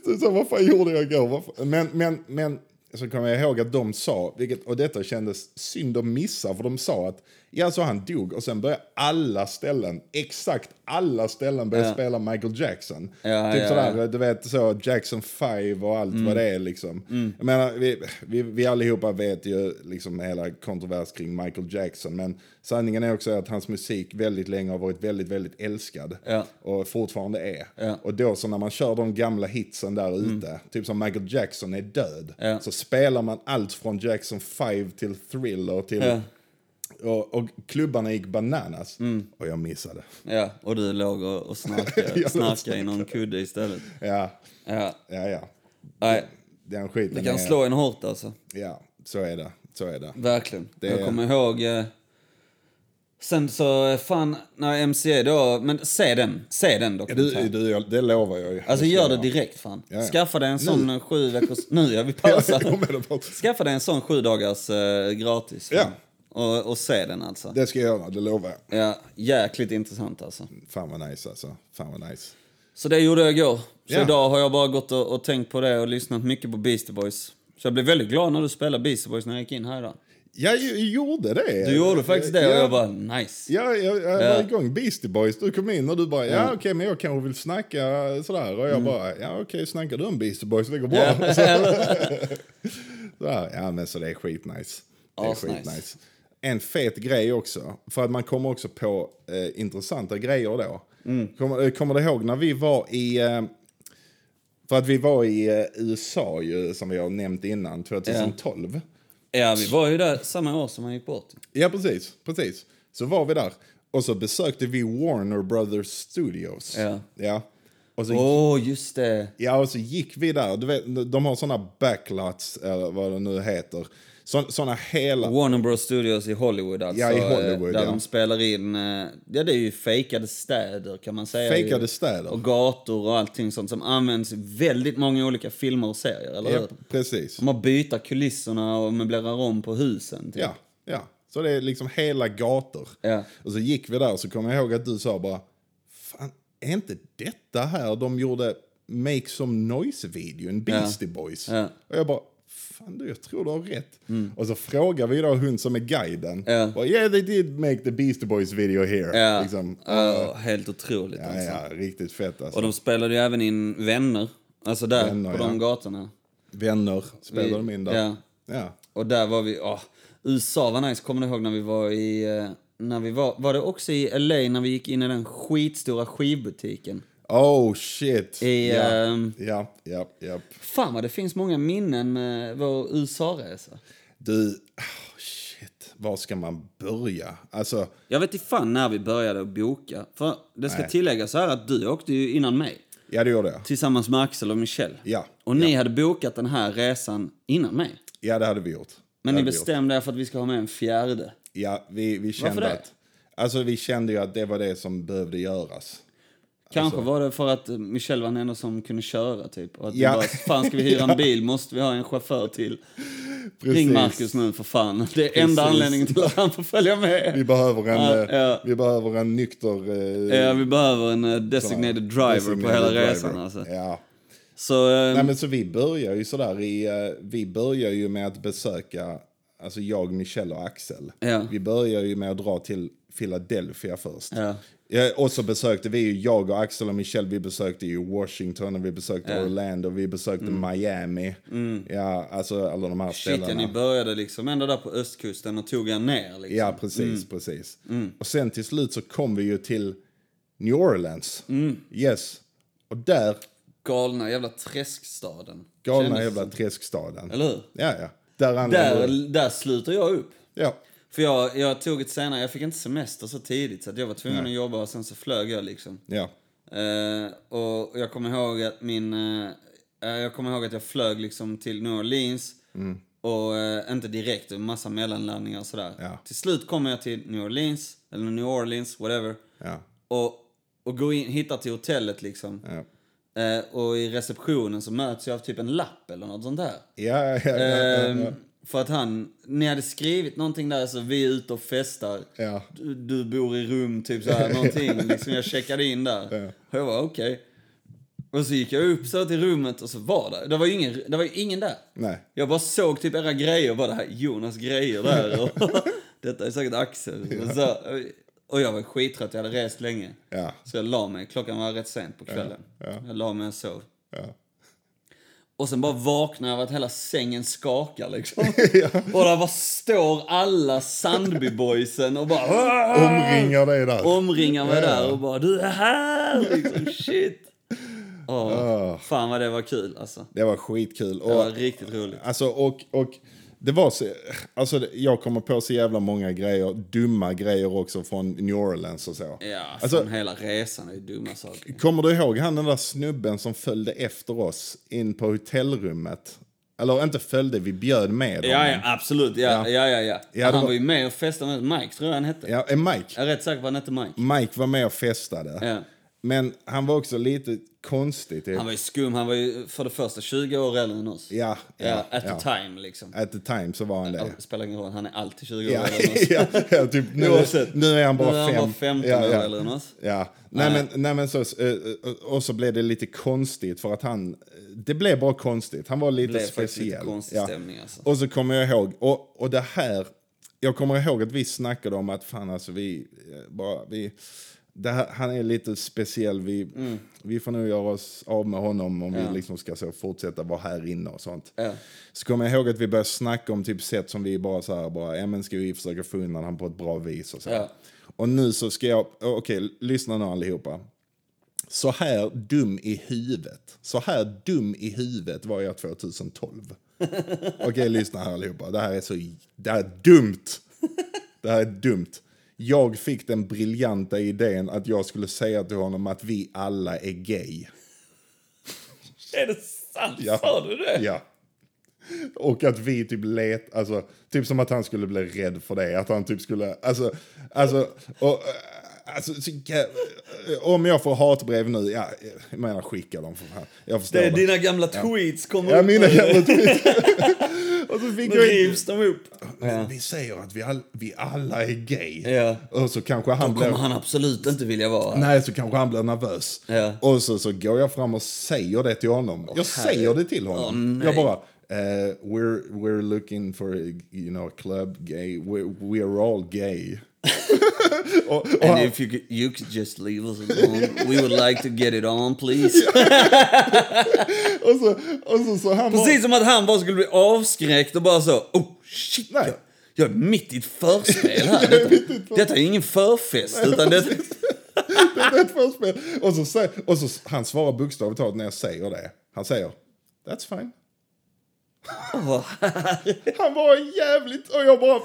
Speaker 2: Så, så, vad fan gjorde jag igår? Vad fan- Men, men, men så kommer jag ihåg att de sa, vilket, och detta kändes synd att missa, för de sa att ja, så han dog och sen började alla ställen, exakt alla ställen började
Speaker 1: Ja.
Speaker 2: spela Michael Jackson.
Speaker 1: Ja,
Speaker 2: typ
Speaker 1: ja,
Speaker 2: sådär, du vet så Jackson 5 och allt
Speaker 1: Mm.
Speaker 2: vad det är liksom. Jag menar, vi, vi, vi allihopa vet ju liksom hela kontrovers kring Michael Jackson, men sanningen är också att hans musik väldigt länge har varit väldigt, väldigt älskad
Speaker 1: Ja.
Speaker 2: och fortfarande är.
Speaker 1: Ja. Mm.
Speaker 2: Och då så när man kör de gamla hitsen där ute, typ som Michael Jackson är död,
Speaker 1: Ja.
Speaker 2: så spelar man allt från Jackson 5 till Thriller till...
Speaker 1: Ja.
Speaker 2: Och, och klubbarna gick bananas.
Speaker 1: Mm.
Speaker 2: Och jag missade.
Speaker 1: Ja, och du låg och, och
Speaker 2: Jag
Speaker 1: snarkade,
Speaker 2: låg och
Speaker 1: snarkade i någon kudde istället.
Speaker 2: Ja,
Speaker 1: Ja,
Speaker 2: ja, ja.
Speaker 1: nej.
Speaker 2: Den skiten
Speaker 1: Det kan
Speaker 2: är...
Speaker 1: slå en hårt alltså.
Speaker 2: Ja, så är det. Så är det.
Speaker 1: Verkligen.
Speaker 2: Det-
Speaker 1: Jag kommer ihåg... Eh, sen så, eh, fan, när MCA då... Men se den. Se den
Speaker 2: Du,
Speaker 1: dokumentären.
Speaker 2: du, jag- det lovar jag ju.
Speaker 1: Alltså gör det direkt fan.
Speaker 2: Ja, ja.
Speaker 1: Skaffa dig en sån eh, sju veckors... Nu gör vi pausa.
Speaker 2: Jag kommer att pausa.
Speaker 1: Skaffa dig en sån sju dagars eh, gratis. fan.
Speaker 2: Ja.
Speaker 1: Och, och se den alltså.
Speaker 2: Det ska jag göra, det lovar jag.
Speaker 1: Ja, jäkligt intressant alltså.
Speaker 2: Fan vad nice alltså. Fan vad nice.
Speaker 1: Så det gjorde jag igår. Så
Speaker 2: Ja.
Speaker 1: idag har jag bara gått och, och tänkt på det och lyssnat mycket på Beastie Boys. Så jag blev väldigt glad när du spelade Beastie Boys när jag gick in här idag.
Speaker 2: Jag ju- gjorde det.
Speaker 1: Du gjorde faktiskt det och
Speaker 2: Ja.
Speaker 1: jag bara nice.
Speaker 2: Ja, jag, jag var igång. Beastie Boys, du kom in och du bara, ja okej, men jag kanske vill snacka sådär. Och jag bara, ja okej, snackar du om Beastie Boys, det går bra.
Speaker 1: Ja, eller?
Speaker 2: Sådär. Ja, men så det är skitnice. Det är
Speaker 1: Asnice.
Speaker 2: skitnice. En fet grej också, för att man kommer också på eh, intressanta grejer då. Kommer, eh, kommer du ihåg när vi var i... Eh, för att vi var i eh, USA, ju, som vi har nämnt innan, 2012.
Speaker 1: ja, vi var ju där samma år som han gick bort.
Speaker 2: Ja, precis. precis. Så var vi där. Och så besökte vi Warner Brothers Studios.
Speaker 1: Ja.
Speaker 2: Och så,
Speaker 1: Åh, just det.
Speaker 2: ja, och så gick vi där. Du vet, de har såna backlots, eller vad det nu heter. Så, såna hela...
Speaker 1: Warner Bros Studios i Hollywood alltså.
Speaker 2: Ja, i Hollywood,
Speaker 1: eh, Där
Speaker 2: ja.
Speaker 1: de spelar in, eh, ja det är ju fejkade städer kan man säga.
Speaker 2: Fejkade städer.
Speaker 1: Och gator och allting sånt som används i väldigt många olika filmer och serier, eller
Speaker 2: Ja,
Speaker 1: hur?
Speaker 2: precis.
Speaker 1: De har byta kulisserna och möblerar om på husen. Typ.
Speaker 2: Ja, ja. Så det är liksom hela gator.
Speaker 1: Ja.
Speaker 2: Och så gick vi där och så kommer jag ihåg att du sa bara, fan, är inte detta här de gjorde Make Some Noise-videon, Beastie Boys?
Speaker 1: Ja. Mm.
Speaker 2: Och jag bara, fan du, jag tror du har rätt. Och så frågar vi då hon som är guiden,
Speaker 1: Ja.
Speaker 2: bara, yeah they did make the Beastie Boys video here.
Speaker 1: Ja.
Speaker 2: Liksom,
Speaker 1: Ja, helt otroligt
Speaker 2: ja,
Speaker 1: alltså.
Speaker 2: ja, riktigt fett alltså.
Speaker 1: Och de spelade ju även in Vänner, alltså där
Speaker 2: Vänner,
Speaker 1: på de gatorna.
Speaker 2: Vänner spelade de in där.
Speaker 1: ja.
Speaker 2: Ja.
Speaker 1: Och där var vi, åh, USA var nice, kommer du ihåg när vi var i, eh, när vi var, var det också i LA när vi gick in i den skitstora skivbutiken?
Speaker 2: Oh shit.
Speaker 1: I,
Speaker 2: ja.
Speaker 1: ehm,
Speaker 2: ja, ja, ja.
Speaker 1: Fan vad det finns många minnen med vår USA-resa.
Speaker 2: Du, oh, shit, var ska man börja? Alltså,
Speaker 1: Jag vet inte fan när vi började att boka. För det ska
Speaker 2: Nej.
Speaker 1: tilläggas så här att du åkte ju innan mig.
Speaker 2: ja det gjorde jag.
Speaker 1: Tillsammans med Axel och Michelle.
Speaker 2: Ja,
Speaker 1: Och ni hade bokat den här resan innan mig.
Speaker 2: ja det hade vi gjort.
Speaker 1: Men
Speaker 2: det
Speaker 1: ni
Speaker 2: hade vi gjort.
Speaker 1: bestämde er för att vi ska ha med en fjärde.
Speaker 2: Ja, vi, vi kände
Speaker 1: Varför det?
Speaker 2: att... Alltså vi kände ju att det var det som behövde göras.
Speaker 1: Kanske
Speaker 2: Alltså.
Speaker 1: var det för att eh, Michelle var den enda som kunde köra typ. Och att
Speaker 2: Ja.
Speaker 1: vi bara, fan ska vi hyra en bil måste vi ha en chaufför till. Ring Marcus nu för fan. Det är enda
Speaker 2: Precis.
Speaker 1: anledningen till att han får följa med.
Speaker 2: Vi behöver en,
Speaker 1: Ja,
Speaker 2: eh,
Speaker 1: ja.
Speaker 2: Vi behöver en nykter... eh,
Speaker 1: Ja, vi behöver en eh, designated driver på
Speaker 2: designated
Speaker 1: hela
Speaker 2: driver.
Speaker 1: resan alltså.
Speaker 2: Ja.
Speaker 1: Så, eh,
Speaker 2: Nej, men så vi börjar ju sådär i... eh, Vi börjar ju med att besöka... Alltså jag, Michelle och Axel.
Speaker 1: Ja.
Speaker 2: Vi börjar ju med att dra till Philadelphia först.
Speaker 1: Ja.
Speaker 2: Ja, och så besökte vi ju, jag och Axel och Michelle, vi besökte ju Washington och vi besökte Orlando, vi besökte Miami. Ja, alltså alla de här
Speaker 1: Mm. Shit, ja,
Speaker 2: ställena.
Speaker 1: ni började liksom ändå där på östkusten och tog er ner. Liksom.
Speaker 2: Ja, precis, precis.
Speaker 1: Mm.
Speaker 2: Och sen till slut så kom vi ju till New Orleans.
Speaker 1: Mm.
Speaker 2: Yes. Och där,
Speaker 1: Galna jävla träskstaden.
Speaker 2: galna
Speaker 1: Kändes-
Speaker 2: jävla träskstaden.
Speaker 1: Eller hur?
Speaker 2: Ja, ja. Där anlände
Speaker 1: Där, där slutar jag upp.
Speaker 2: Ja,
Speaker 1: För jag, jag tog ett senare, jag fick inte semester så tidigt så att jag var tvungen att jobba och sen så flög jag liksom.
Speaker 2: ja.
Speaker 1: Eh, och jag kommer ihåg att min... eh, eh, jag kommer ihåg att jag flög liksom till New Orleans.
Speaker 2: Mm.
Speaker 1: Och eh, inte direkt, en massa mellanlandningar och sådär.
Speaker 2: Ja.
Speaker 1: Till slut kommer jag till New Orleans, eller New Orleans, whatever.
Speaker 2: Ja,
Speaker 1: Och, och går in, hittar till hotellet liksom.
Speaker 2: ja.
Speaker 1: Eh, och i receptionen så möts jag av typ en lapp eller något sånt där.
Speaker 2: Ja, ja, ja, ja, ja.
Speaker 1: Ehm, För att han, ni hade skrivit någonting där, så vi är ute och festar.
Speaker 2: Ja.
Speaker 1: Du, du bor i rum, typ så här, någonting. liksom, jag checkade in där. Och jag var okej. Och så gick jag upp så här till rummet och så var det, det var ju ingen, det var ju ingen där.
Speaker 2: Nej.
Speaker 1: Jag bara såg typ era grejer, bara det här är Jonas grejer där. Och detta är säkert Axel. Och, så, här, och jag var skittrött, jag hade rest länge.
Speaker 2: Ja.
Speaker 1: Så jag la mig, klockan var rätt sent på kvällen. Jag la mig och sov.
Speaker 2: Ja.
Speaker 1: Och sen bara vaknar jag av att hela sängen skakar liksom. Och där bara står alla Sandbyboysen och bara "Åh!"
Speaker 2: Omringar dig där.
Speaker 1: omringar mig
Speaker 2: Ja.
Speaker 1: där och bara du är här! Liksom, shit! Åh,
Speaker 2: Ah.
Speaker 1: Fan vad det var kul alltså.
Speaker 2: Det var skitkul.
Speaker 1: Det
Speaker 2: Och,
Speaker 1: var riktigt roligt.
Speaker 2: alltså, och, och det var så, alltså, det- jag kommer på så jävla många grejer, dumma grejer också från New Orleans och så.
Speaker 1: Ja,
Speaker 2: Alltså-
Speaker 1: fan, hela resan är ju dumma saker.
Speaker 2: Kommer du ihåg han den där snubben som följde efter oss in på hotellrummet? Eller inte följde, vi bjöd med honom.
Speaker 1: Ja, ja, absolut. Ja, ja, ja. ja.
Speaker 2: Ja, det
Speaker 1: han
Speaker 2: var-
Speaker 1: var... ju med och festade med Mike, tror jag han hette.
Speaker 2: Ja, eh, Mike.
Speaker 1: Jag är rätt säker på att han hette Mike.
Speaker 2: Mike var med och festade.
Speaker 1: Ja.
Speaker 2: Men han var också lite konstig. Typ.
Speaker 1: Han var ju skum. Han var ju för det första 20 år äldre än oss.
Speaker 2: Ja, ja,
Speaker 1: Ja, at
Speaker 2: ja.
Speaker 1: the time liksom.
Speaker 2: At the time så var han det.
Speaker 1: Det spelar ingen roll, han är alltid 20 år
Speaker 2: Ja,
Speaker 1: äldre än oss.
Speaker 2: ja, ja, typ nu,
Speaker 1: Oavsett.
Speaker 2: nu är han bara
Speaker 1: Nu är han
Speaker 2: fem.
Speaker 1: bara 15
Speaker 2: ja,
Speaker 1: år
Speaker 2: ja.
Speaker 1: äldre än oss.
Speaker 2: Ja, nej, men, nej men så, eh, och så blev det lite konstigt för att han, eh, det blev bara konstigt, han var lite
Speaker 1: Det är faktiskt
Speaker 2: speciell.
Speaker 1: lite konstig
Speaker 2: Ja.
Speaker 1: stämning alltså.
Speaker 2: Och så kommer jag ihåg, och, och det här, jag kommer ihåg att vi snackade om att fan alltså vi, eh, bara, vi det här, han är lite speciell, vi,
Speaker 1: Mm.
Speaker 2: vi får nog göra oss av med honom om vi liksom ska så fortsätta vara här inne och sånt.
Speaker 1: Ja.
Speaker 2: Så kommer jag ihåg att vi började snacka om typ sätt som vi bara så här, bara, ja men ska vi försöka få undan han på ett bra vis och så.
Speaker 1: Ja.
Speaker 2: Och nu så ska jag, okej lyssna nu allihopa. Så här dum i huvudet. Så här dum i huvudet var jag 2012. Okej, lyssna här allihopa. Det här är så... Det här är dumt! Det här är dumt. Jag fick den briljanta idén att jag skulle säga till honom att vi alla är gay.
Speaker 1: Är det sant?
Speaker 2: Ja.
Speaker 1: Sa du det?
Speaker 2: Ja. Och att vi typ let, alltså, typ som att han skulle bli rädd för det, att han typ skulle, alltså, alltså, och, eh, alltså, så jä- eh, om jag får hatbrev nu, ja, jag menar skicka dem för fan, jag förstår
Speaker 1: Det är
Speaker 2: det.
Speaker 1: dina gamla tweets kommer
Speaker 2: Ja,
Speaker 1: upp
Speaker 2: mina
Speaker 1: nu.
Speaker 2: jävla tweets. och så fick
Speaker 1: Nu
Speaker 2: jag
Speaker 1: rivs de upp.
Speaker 2: Men Alltså, vi säger att vi, all, vi alla är gay.
Speaker 1: Ja.
Speaker 2: Och så kanske han
Speaker 1: Kommer
Speaker 2: blir...
Speaker 1: han absolut inte vilja vara här.
Speaker 2: Nej, så kanske han blir nervös.
Speaker 1: Ja.
Speaker 2: Och så, så går jag fram och säger det till honom. jag säger det till honom. jag bara, eh, we're, we're looking for a, you know, a club gay. We're, we're all gay. och, och
Speaker 1: And
Speaker 2: han,
Speaker 1: if you could, you could just leave us alone. We would like to get it on please.
Speaker 2: och så, och så, så han bara,
Speaker 1: Precis som att han bara skulle bli avskräckt och bara så, oh shit,
Speaker 2: Nej.
Speaker 1: jag, jag är mitt i ett förspel här. Detta, detta är ingen förfest, utan det,
Speaker 2: det är ett förspel. Och så, sä- och så han svarar bokstavligt talat när jag säger det. Han säger, that's fine. han var jävligt, och jag bara,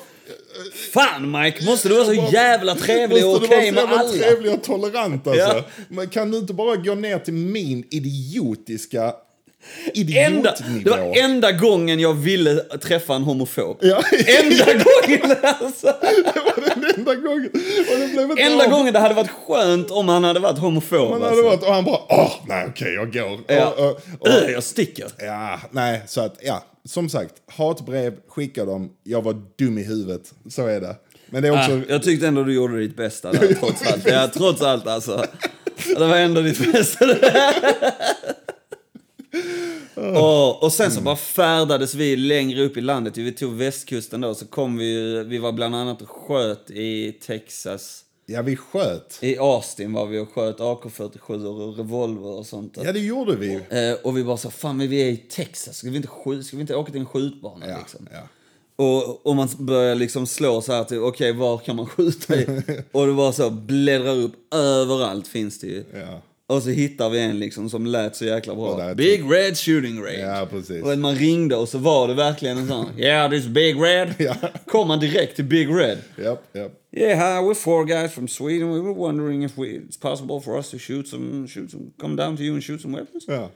Speaker 1: fan Mike, måste du vara så jävla trevlig och
Speaker 2: Måste
Speaker 1: okej
Speaker 2: du vara så
Speaker 1: med
Speaker 2: jävla
Speaker 1: alla?
Speaker 2: trevlig och tolerant alltså.
Speaker 1: Ja.
Speaker 2: Men kan du inte bara gå ner till min idiotiska
Speaker 1: Enda, det
Speaker 2: idiotnivå?
Speaker 1: var enda gången jag ville träffa en homofob.
Speaker 2: Ja.
Speaker 1: Enda gången alltså!
Speaker 2: Det var den enda gången. Och det blev inte
Speaker 1: Enda
Speaker 2: av.
Speaker 1: gången det hade varit skönt om han hade varit homofob.
Speaker 2: Han hade
Speaker 1: alltså.
Speaker 2: varit, och han bara, åh, nej okej, jag går.
Speaker 1: Ja.
Speaker 2: Och, och, och,
Speaker 1: Ö, jag sticker.
Speaker 2: ja, nej, så att, ja. Som sagt, hatbrev, skicka dem. Jag var dum i huvudet, så är det. Men det är också...
Speaker 1: Ah, jag tyckte ändå du gjorde ditt bästa där, trots allt. Ja, trots allt alltså. Det var ändå ditt bästa. Åh, och sen
Speaker 2: Mm.
Speaker 1: så bara färdades vi längre upp i landet. Vi tog västkusten då, så kom vi ju- Vi var bland annat och sköt i Texas.
Speaker 2: Ja, vi sköt.
Speaker 1: I Austin var vi och sköt AK47 och revolver och sånt.
Speaker 2: Ja, det gjorde vi.
Speaker 1: Eh, och vi bara så fan men vi är i Texas, ska vi inte, skj- ska vi inte åka till en skjutbana
Speaker 2: Ja,
Speaker 1: liksom?
Speaker 2: ja.
Speaker 1: Och, och man börjar liksom slå så här till, okej var kan man skjuta i? och det bara så bläddrar upp, överallt finns det ju.
Speaker 2: Ja.
Speaker 1: Och så hittar vi en liksom som lät så jäkla
Speaker 2: där
Speaker 1: bra.
Speaker 2: är typ-
Speaker 1: Big Red Shooting Range.
Speaker 2: Ja, precis.
Speaker 1: Och man ringde och så var det verkligen en sån, yeah this Big Red.
Speaker 2: Ja.
Speaker 1: Kom man direkt till Big Red.
Speaker 2: Japp, japp.
Speaker 1: Yeah, hi, we're four guys from Sweden. We were wondering if we, it's possible for us to shoot some, shoot some, come down to you and shoot some weapons.
Speaker 2: Ja.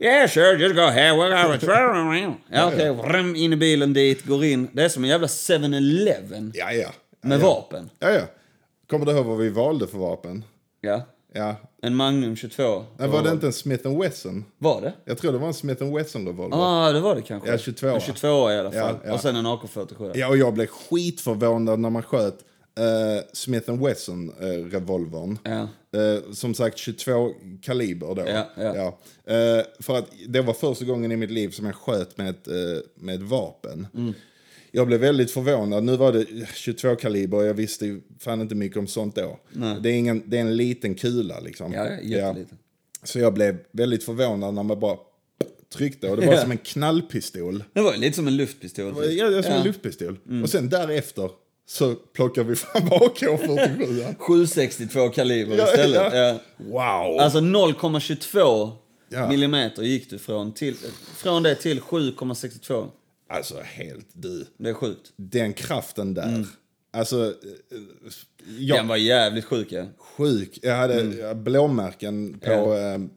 Speaker 1: Yeah sure, just go ahead. We're gonna... ja, okej, vrum, in i bilen dit, går in. Det är som en jävla 7-Eleven
Speaker 2: Ja, ja.
Speaker 1: med
Speaker 2: ja.
Speaker 1: vapen.
Speaker 2: Ja, ja. Kommer du ihåg vad vi valde för vapen?
Speaker 1: Ja.
Speaker 2: Ja.
Speaker 1: En Magnum 22.
Speaker 2: Men var det inte en Smith Wesson?
Speaker 1: Var det?
Speaker 2: Jag tror det var en Smith Wesson-revolver.
Speaker 1: Ja, ah, det var det kanske.
Speaker 2: Ja, 22.
Speaker 1: En 22 i alla fall.
Speaker 2: Ja, ja.
Speaker 1: Och sen en AK47.
Speaker 2: Ja, och jag blev skitförvånad när man sköt eh, Smith Wesson-revolvern.
Speaker 1: Ja.
Speaker 2: Eh, som sagt, 22 kaliber då.
Speaker 1: Ja, ja.
Speaker 2: Eh, för att det var första gången i mitt liv som jag sköt med ett, eh, med ett vapen.
Speaker 1: Mm.
Speaker 2: Jag blev väldigt förvånad. Nu var det 22 kaliber och jag visste ju fan inte mycket om sånt då. Det är, ingen, det är en liten kula liksom.
Speaker 1: Ja, ja, jätteliten.
Speaker 2: Så jag blev väldigt förvånad när man bara tryckte och det var som en knallpistol.
Speaker 1: Det var ju lite som en luftpistol.
Speaker 2: Ja, det är som en luftpistol.
Speaker 1: Mm.
Speaker 2: Och sen därefter så plockar vi fram AK47.
Speaker 1: 762 kaliber istället. Ja.
Speaker 2: Wow!
Speaker 1: Alltså 0,22
Speaker 2: Ja.
Speaker 1: millimeter gick du från, till, från det till 7,62.
Speaker 2: Alltså helt du.
Speaker 1: Det är sjukt.
Speaker 2: Den kraften där.
Speaker 1: Mm.
Speaker 2: Alltså, eh, jag
Speaker 1: Den var jävligt sjuk ja.
Speaker 2: sjuk. Jag hade eh, blåmärken på
Speaker 1: Mm.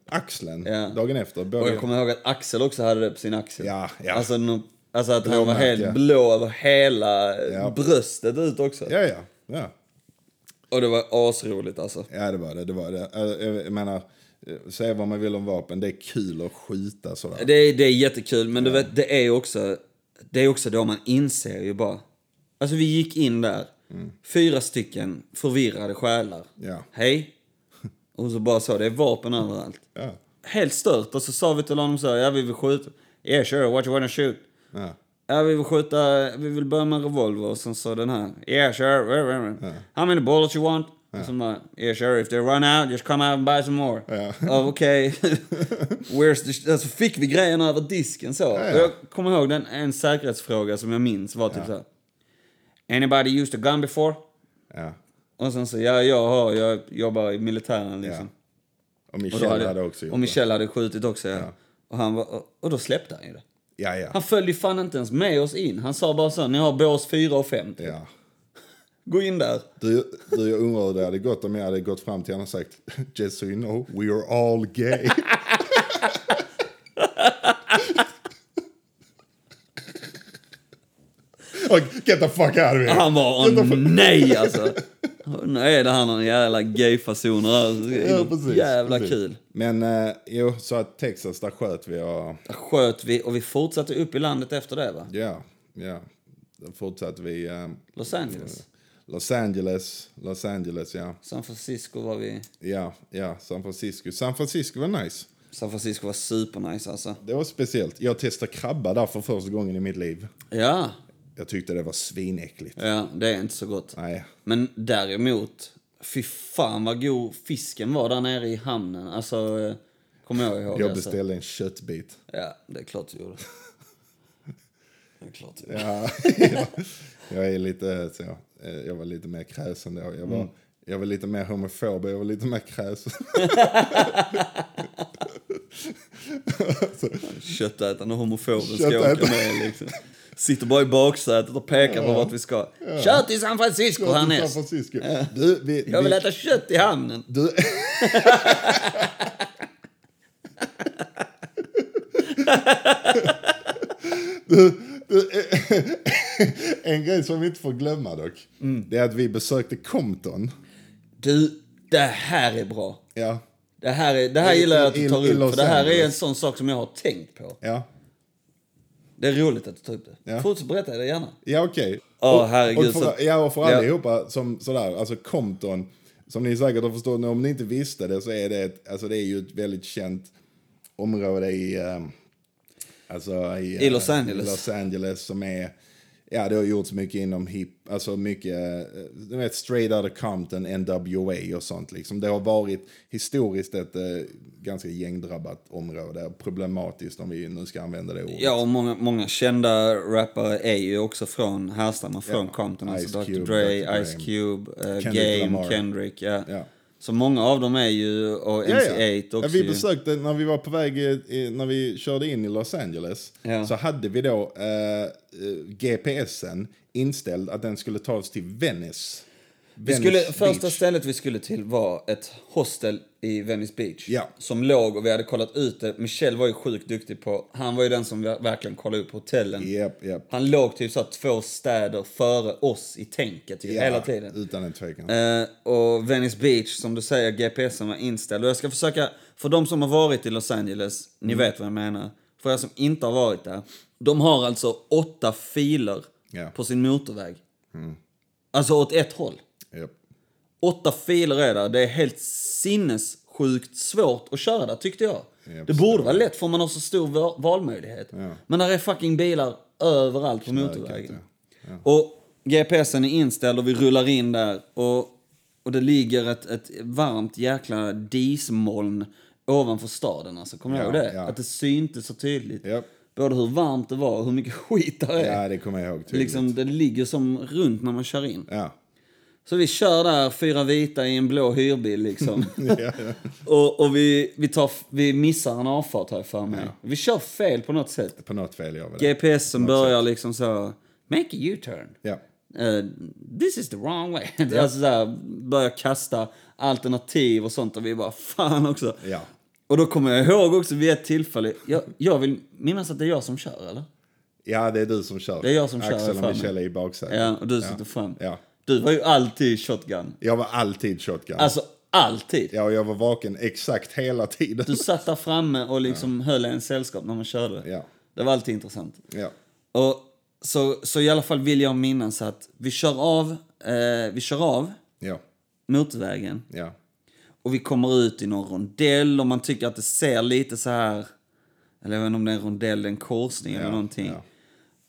Speaker 1: Ja.
Speaker 2: eh, axeln
Speaker 1: Ja.
Speaker 2: dagen efter.
Speaker 1: Och
Speaker 2: Både,
Speaker 1: jag kommer ihåg att Axel också hade det på sin axel.
Speaker 2: Ja, ja.
Speaker 1: Alltså, no, alltså att han var
Speaker 2: Blåmärke.
Speaker 1: helt blå över hela eh,
Speaker 2: Ja.
Speaker 1: bröstet ut också.
Speaker 2: ja, ja, ja.
Speaker 1: Och det var asroligt alltså.
Speaker 2: Ja, det var det. det, var det. Alltså, Jag jag menar, eh, säga vad man vill om vapen, det är kul att skjuta sådär.
Speaker 1: Det är, det är jättekul, men du vet, det är ju också, det är också då man inser ju bara. Alltså vi gick in där, fyra stycken förvirrade själar.
Speaker 2: Mm. Ja.
Speaker 1: Hej. Och så bara så, det är vapen överallt.
Speaker 2: Ja,
Speaker 1: Helt stört. Och så sa vi till honom så, ja vi vill skjuta. Yeah sure, what you wanna shoot?
Speaker 2: ja.
Speaker 1: Ja vi vill skjuta, vi vill börja med en revolver och sen så den här. Yeah sure, where, where, where. how many bullets you want? Och så bara, yeah sure, if they run out just come out and buy some more.
Speaker 2: Ja.
Speaker 1: Ja, Okej, where's the... Alltså fick vi grejen över disken så.
Speaker 2: ja.
Speaker 1: Och Jag kommer ihåg den, en säkerhetsfråga som jag minns var typ så här. Anybody used a gun before?
Speaker 2: ja.
Speaker 1: Och sen så, ja jag har, jag jobbar i militären liksom.
Speaker 2: Ja.
Speaker 1: Och, då
Speaker 2: Och Michelle hade
Speaker 1: hade,
Speaker 2: också gjort
Speaker 1: och Michelle hade skjutit också ja. Och, han var, och- och då släppte han ju det.
Speaker 2: det. Ja, ja.
Speaker 1: Han följde ju fan inte ens med oss in. Han sa bara så, ni har bås 4 och 5.
Speaker 2: ja.
Speaker 1: Gå in där.
Speaker 2: Du, du, jag undrar hur det hade gått om jag hade gått fram till henne och sagt Just so you know, we are all gay. Och, Get the fuck out of here!
Speaker 1: Han var åh nej alltså. Nu är det här någon jävla gayfasoner här.
Speaker 2: Ja, precis,
Speaker 1: jävla
Speaker 2: precis.
Speaker 1: kul.
Speaker 2: Men eh, jo, så att Texas, där sköt vi och
Speaker 1: Där sköt vi och vi fortsatte upp i landet efter det va?
Speaker 2: ja, ja. Där fortsatte vi. eh,
Speaker 1: Los Angeles.
Speaker 2: Los Angeles, Los Angeles, ja.
Speaker 1: San Francisco var vi...
Speaker 2: Ja, ja, San Francisco. San Francisco var nice.
Speaker 1: San Francisco var supernice alltså.
Speaker 2: Det var speciellt. Jag testade krabba där för första gången i mitt liv.
Speaker 1: Ja,
Speaker 2: Jag tyckte det var svinäckligt.
Speaker 1: ja det är inte så gott.
Speaker 2: Nej.
Speaker 1: Men däremot, fy fan vad god fisken var där nere i hamnen. Alltså, eh, kommer jag ihåg.
Speaker 2: Jag
Speaker 1: alltså.
Speaker 2: beställde en köttbit.
Speaker 1: Ja, det är klart du gjorde. Det är klart du gjorde.
Speaker 2: Ja, jag är lite så. eh, Jag var lite mer kräsen då. Jag var,
Speaker 1: Mm.
Speaker 2: jag var lite mer homofob och jag var lite mer kräsen.
Speaker 1: Köttätande homofoben ska jag åka
Speaker 2: Köttätande.
Speaker 1: med liksom. Sitter bara i baksätet och pekar på vart vi ska. Kör till San Francisco
Speaker 2: San
Speaker 1: härnäst!
Speaker 2: Francisco. Du, vi,
Speaker 1: Jag vill
Speaker 2: vi,
Speaker 1: äta kött i hamnen!
Speaker 2: du, en grej som vi inte får glömma dock.
Speaker 1: Mm.
Speaker 2: Det är att vi besökte Compton.
Speaker 1: Du, det här är bra.
Speaker 2: Ja,
Speaker 1: Det här, är, det här gillar jag att
Speaker 2: I-
Speaker 1: du
Speaker 2: i-
Speaker 1: tar
Speaker 2: i
Speaker 1: upp,
Speaker 2: Los
Speaker 1: för det här är en
Speaker 2: Angeles.
Speaker 1: sån sak som jag har tänkt på.
Speaker 2: ja,
Speaker 1: Det är roligt att du tar upp det.
Speaker 2: Ja.
Speaker 1: Fortsätt berätta det gärna.
Speaker 2: ja okej.
Speaker 1: Åh, herregud,
Speaker 2: Och
Speaker 1: så-
Speaker 2: för, ja, och för
Speaker 1: ja.
Speaker 2: allihopa som sådär, alltså Compton, som ni säkert har förstått, om ni inte visste det så är det, ett, alltså det är ju ett väldigt känt område i, eh, alltså i, eh,
Speaker 1: I Los Angeles.
Speaker 2: Los Angeles som är, ja det har gjorts mycket inom hip, alltså mycket, eh, du vet straight outta Compton, NWA och sånt liksom. Det har varit historiskt ett eh, ganska gängdrabbat område, problematiskt om vi nu ska använda det ordet.
Speaker 1: Ja, och många, många kända rappare är ju också från, härstammar från Compton. Alltså
Speaker 2: Ice
Speaker 1: Dr.
Speaker 2: Cube,
Speaker 1: Dre,
Speaker 2: Dr. Dre.
Speaker 1: Ice Cube, eh,
Speaker 2: Kendrick
Speaker 1: Game,
Speaker 2: Lamar.
Speaker 1: Kendrick. Ja.
Speaker 2: Ja.
Speaker 1: Så många av dem är ju, och
Speaker 2: Ja, ja.
Speaker 1: MC8 också.
Speaker 2: ja, vi
Speaker 1: ju.
Speaker 2: besökte, när vi var på väg, i- i- när vi körde in i Los Angeles,
Speaker 1: Ja.
Speaker 2: så hade vi då eh, eh, GPSen inställd att den skulle ta oss till Venice.
Speaker 1: Vi skulle,
Speaker 2: Venice
Speaker 1: första
Speaker 2: Beach.
Speaker 1: stället vi skulle till var ett hostel i Venice Beach.
Speaker 2: Ja.
Speaker 1: Som låg och vi hade kollat ut det. Michel var ju sjukt duktig på, han var ju den som ver- verkligen kollade upp hotellen.
Speaker 2: Japp, japp.
Speaker 1: Han låg typ så här två städer före oss i tänket typ,
Speaker 2: Ja,
Speaker 1: hela tiden.
Speaker 2: Utan en tvekan.
Speaker 1: Eh, och Venice Beach, som du säger, GPSen var inställd. Och jag ska försöka, för de som har varit i Los Angeles, ni vet vad jag menar. För er som inte har varit där. De har alltså åtta filer
Speaker 2: Ja.
Speaker 1: på sin motorväg. Alltså åt ett håll.
Speaker 2: Japp.
Speaker 1: Åtta filer är där. Det är helt sinnessjukt svårt att köra där, tyckte jag.
Speaker 2: Ja,
Speaker 1: det borde vara lätt, för man har så stor va- valmöjlighet. Men där är fucking bilar överallt på motorvägen. Och GPSen är inställd och vi rullar in där. Och, och det ligger ett, ett varmt jäkla dismoln ovanför staden. Alltså, kommer du
Speaker 2: Ja,
Speaker 1: ihåg det?
Speaker 2: ja.
Speaker 1: Att det syntes så tydligt.
Speaker 2: Japp.
Speaker 1: Både hur varmt det var och hur mycket skit där är.
Speaker 2: Ja, det kommer jag ihåg tydligt.
Speaker 1: liksom, det ligger som runt när man kör in.
Speaker 2: Ja.
Speaker 1: Så vi kör där, fyra vita i en blå hyrbil liksom.
Speaker 2: Mm.
Speaker 1: och och vi, vi, tar, vi missar en avfart har jag för mig. Vi kör fel på något sätt.
Speaker 2: På något fel gör vi det.
Speaker 1: GPS som börjar liksom så, make a U-turn.
Speaker 2: Ja.
Speaker 1: Eh, this is the wrong way. alltså så här, börjar kasta alternativ och sånt och vi bara fan också.
Speaker 2: Ja.
Speaker 1: Och då kommer jag ihåg också vid ett tillfälle, jag, jag vill minnas att det är jag som kör eller?
Speaker 2: ja, det är du som kör.
Speaker 1: Det är jag som kör,
Speaker 2: Axel
Speaker 1: för
Speaker 2: och
Speaker 1: mig.
Speaker 2: Michelle är i baksätet.
Speaker 1: Ja, och du sitter fram.
Speaker 2: Ja.
Speaker 1: Du var ju alltid shotgun.
Speaker 2: Jag var alltid shotgun.
Speaker 1: Alltså alltid.
Speaker 2: Ja, och jag var vaken exakt hela tiden.
Speaker 1: Du satt där framme och liksom höll en sällskap när man körde.
Speaker 2: Ja.
Speaker 1: Det var alltid intressant.
Speaker 2: Ja.
Speaker 1: Och så, så i alla fall vill jag minnas att vi kör av, eh, vi kör av
Speaker 2: Ja.
Speaker 1: motorvägen
Speaker 2: Ja.
Speaker 1: och vi kommer ut i någon rondell och man tycker att det ser lite så här, eller jag vet inte om det är en rondell, en korsning eller någonting.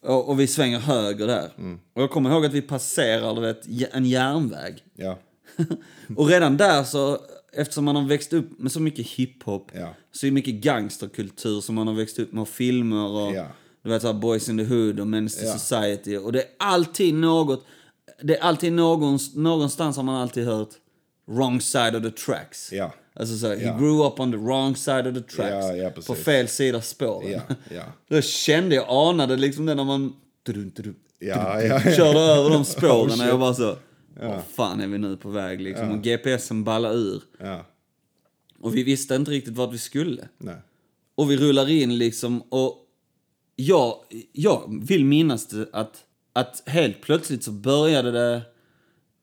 Speaker 1: Och, och vi svänger höger där. Och jag kommer ihåg att vi passerar du vet, j- en järnväg.
Speaker 2: Ja.
Speaker 1: och redan där så, eftersom man har växt upp med så mycket hiphop,
Speaker 2: Ja.
Speaker 1: så mycket gangsterkultur som man har växt upp med och filmer och
Speaker 2: Ja.
Speaker 1: du vet så här Boys in the Hood och Men's
Speaker 2: Ja.
Speaker 1: Society och det är alltid något, det är alltid någons, någonstans har man alltid hört wrong side of the tracks.
Speaker 2: Ja.
Speaker 1: Alltså så här,
Speaker 2: Ja.
Speaker 1: he grew up on the wrong side of the tracks.
Speaker 2: Ja, ja, precis.
Speaker 1: på fel sida spåren.
Speaker 2: Ja. Ja.
Speaker 1: Då kände jag, anade liksom det när man tudum, tudum,
Speaker 2: Ja, ja, ja.
Speaker 1: körde över de spåren
Speaker 2: Oh, shit.
Speaker 1: och jag bara så, vad fan är vi nu på väg liksom? Och GPSen ballade ur.
Speaker 2: ja.
Speaker 1: Och vi visste inte riktigt vart vi skulle.
Speaker 2: Nej.
Speaker 1: Och vi rullar in liksom och jag, jag vill minnas det att, att helt plötsligt så började det,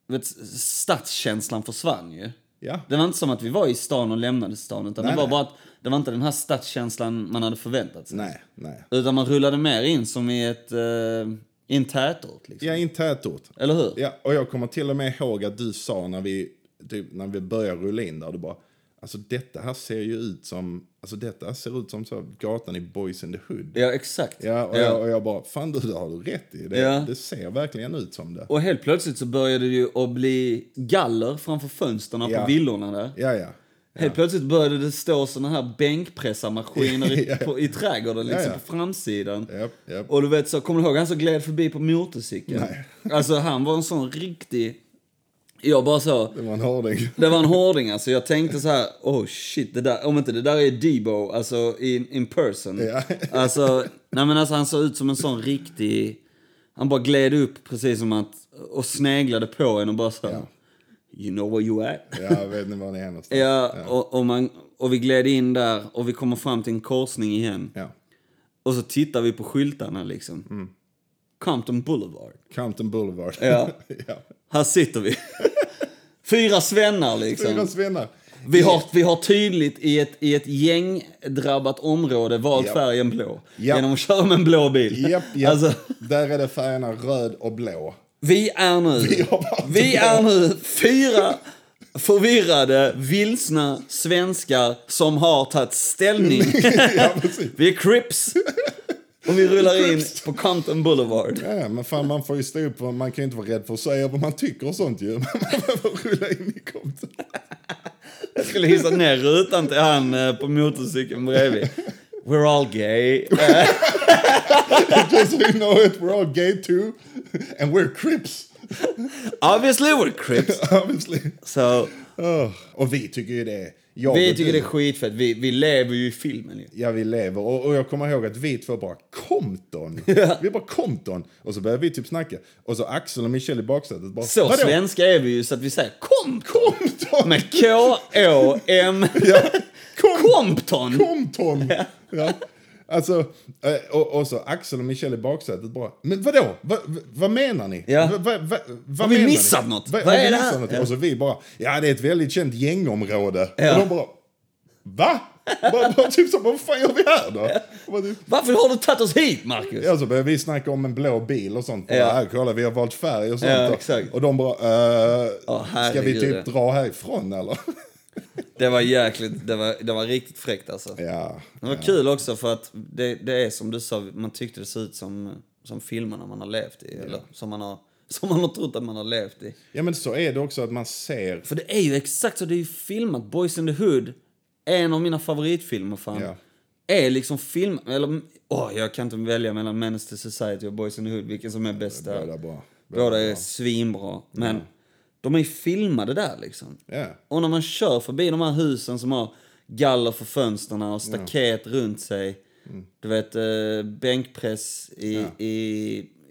Speaker 1: vet, stadskänslan försvann ju.
Speaker 2: Ja.
Speaker 1: Det var inte som att vi var i stan och lämnade stan utan
Speaker 2: Nej,
Speaker 1: det var
Speaker 2: nej.
Speaker 1: bara att det var inte den här stadskänslan man hade förväntat sig.
Speaker 2: Nej. Nej.
Speaker 1: Utan man rullade mer in som i ett, eh, i en tätort liksom.
Speaker 2: Ja, i en tätort.
Speaker 1: Eller hur?
Speaker 2: Ja, och jag kommer till och med ihåg att du sa när vi, typ, när vi började rulla in där, du bara, alltså detta här ser ju ut som, alltså detta ser ut som så här gatan i Boys in the Hood.
Speaker 1: Ja, exakt.
Speaker 2: Ja, och,
Speaker 1: Ja.
Speaker 2: Jag, och jag bara, fan du, det har du rätt i. Det,
Speaker 1: Ja.
Speaker 2: det ser verkligen ut som det.
Speaker 1: Och helt plötsligt så började det ju att bli galler framför fönstren
Speaker 2: Ja.
Speaker 1: på villorna där.
Speaker 2: Ja, ja.
Speaker 1: Helt plötsligt började det stå såna här bänkpressarmaskiner i, på, i trädgården, liksom
Speaker 2: Ja, ja.
Speaker 1: på framsidan.
Speaker 2: Japp, japp.
Speaker 1: Och du vet, så, kommer du ihåg han som gled förbi på motorcykeln? Alltså han var en sån riktig... Jag bara så...
Speaker 2: Det var en hårding.
Speaker 1: Det var en hårding alltså. Jag tänkte så här, oh shit, det där, om inte det där är Debo, alltså in, in person.
Speaker 2: Ja.
Speaker 1: Alltså, nej men alltså han såg ut som en sån riktig, han bara gled upp precis som att, och sneglade på en och bara så här, you know where you at?
Speaker 2: Ja, vet ni var ni är någonstans?
Speaker 1: Ja, Och, och, man, och vi gled in där och vi kommer fram till en korsning igen.
Speaker 2: ja.
Speaker 1: Och så tittar vi på skyltarna liksom.
Speaker 2: Mm.
Speaker 1: Compton Boulevard.
Speaker 2: Compton Boulevard.
Speaker 1: Ja.
Speaker 2: ja.
Speaker 1: Här sitter vi. Fyra svennar liksom.
Speaker 2: Fyra svennar.
Speaker 1: Vi har, vi har tydligt i ett, i ett gängdrabbat område valt
Speaker 2: Ja.
Speaker 1: färgen blå.
Speaker 2: Ja.
Speaker 1: Genom att köra med en blå bil.
Speaker 2: Japp, japp.
Speaker 1: Alltså,
Speaker 2: Där är det färgerna röd och blå.
Speaker 1: vi är nu, vi,
Speaker 2: har valt
Speaker 1: är nu fyra förvirrade, vilsna svenskar som har tagit ställning.
Speaker 2: ja, precis.
Speaker 1: vi är crips. Och vi rullar in på Compton Boulevard.
Speaker 2: Ja, men fan man får ju stå upp, och man kan ju inte vara rädd för att säga vad man tycker och sånt ju. Man behöver rulla in i Compton.
Speaker 1: Jag skulle hissa ner rutan till han eh, på motorcykeln bredvid. We're all gay. Eh,
Speaker 2: Just so you know it, we're all gay too. And we're crips.
Speaker 1: Obviously we're Crips.
Speaker 2: Obviously.
Speaker 1: So,
Speaker 2: Åh, Och vi tycker ju det. Jag
Speaker 1: vi
Speaker 2: och
Speaker 1: tycker det
Speaker 2: du.
Speaker 1: är skitfett. Vi, vi lever ju i filmen ju.
Speaker 2: Ja, vi lever. Och, och jag kommer ihåg att vi två bara Compton. Vi bara Compton. Och så började vi typ snacka. Och så Axel och Michelle i baksätet bara...
Speaker 1: Så
Speaker 2: "Vadå?
Speaker 1: svenska är vi ju så att vi säger kom, kom.
Speaker 2: Compton!
Speaker 1: Med K-O-M... Compton!
Speaker 2: Compton! Ja. Alltså, eh, och, och så Axel och Michelle i baksätet bara, men vadå? Va, va, vad menar ni?
Speaker 1: Ja.
Speaker 2: Va, va, va, vad
Speaker 1: Har vi
Speaker 2: menar
Speaker 1: missat
Speaker 2: ni?
Speaker 1: något?
Speaker 2: Va,
Speaker 1: Vad
Speaker 2: har vi
Speaker 1: är det
Speaker 2: missat
Speaker 1: här?
Speaker 2: något?
Speaker 1: Ja.
Speaker 2: Och så vi bara, ja det är ett väldigt känt gängområde.
Speaker 1: Ja.
Speaker 2: Och de bara, va? Bara, bara typ så, vad fan gör vi här då? Och Bara, typ,
Speaker 1: Varför har du tagit oss hit, Marcus?
Speaker 2: Ja, så började vi snacka om en blå bil och sånt. Ja.
Speaker 1: Ja.
Speaker 2: kolla, vi har valt färg och sånt.
Speaker 1: Ja,
Speaker 2: Och-
Speaker 1: exakt.
Speaker 2: Och de bara, eh,
Speaker 1: Åh,
Speaker 2: ska vi
Speaker 1: herregud,
Speaker 2: typ
Speaker 1: ja.
Speaker 2: dra härifrån eller?
Speaker 1: Det var jäkligt, det var, det var riktigt fräckt alltså.
Speaker 2: ja.
Speaker 1: Det var kul också för att det, det är som du sa, man tyckte det såg ut som, som filmerna man har levt i. Eller som man, har, som man har trott att man har levt i.
Speaker 2: ja, men så är det också att man ser
Speaker 1: För det är ju exakt så, det är ju filmat. Boys in the Hood, en av mina favoritfilmer fan.
Speaker 2: Ja.
Speaker 1: Är liksom film, eller åh, jag kan inte välja mellan Menace to Society och Boys in the Hood, vilken som är bäst där.
Speaker 2: båda bra.
Speaker 1: Båda är svinbra, men de är ju filmade där liksom.
Speaker 2: Ja.
Speaker 1: Och när man kör förbi de här husen som har galler för fönstren och staket runt sig.
Speaker 2: Mm.
Speaker 1: Du vet, eh, bänkpress i, i,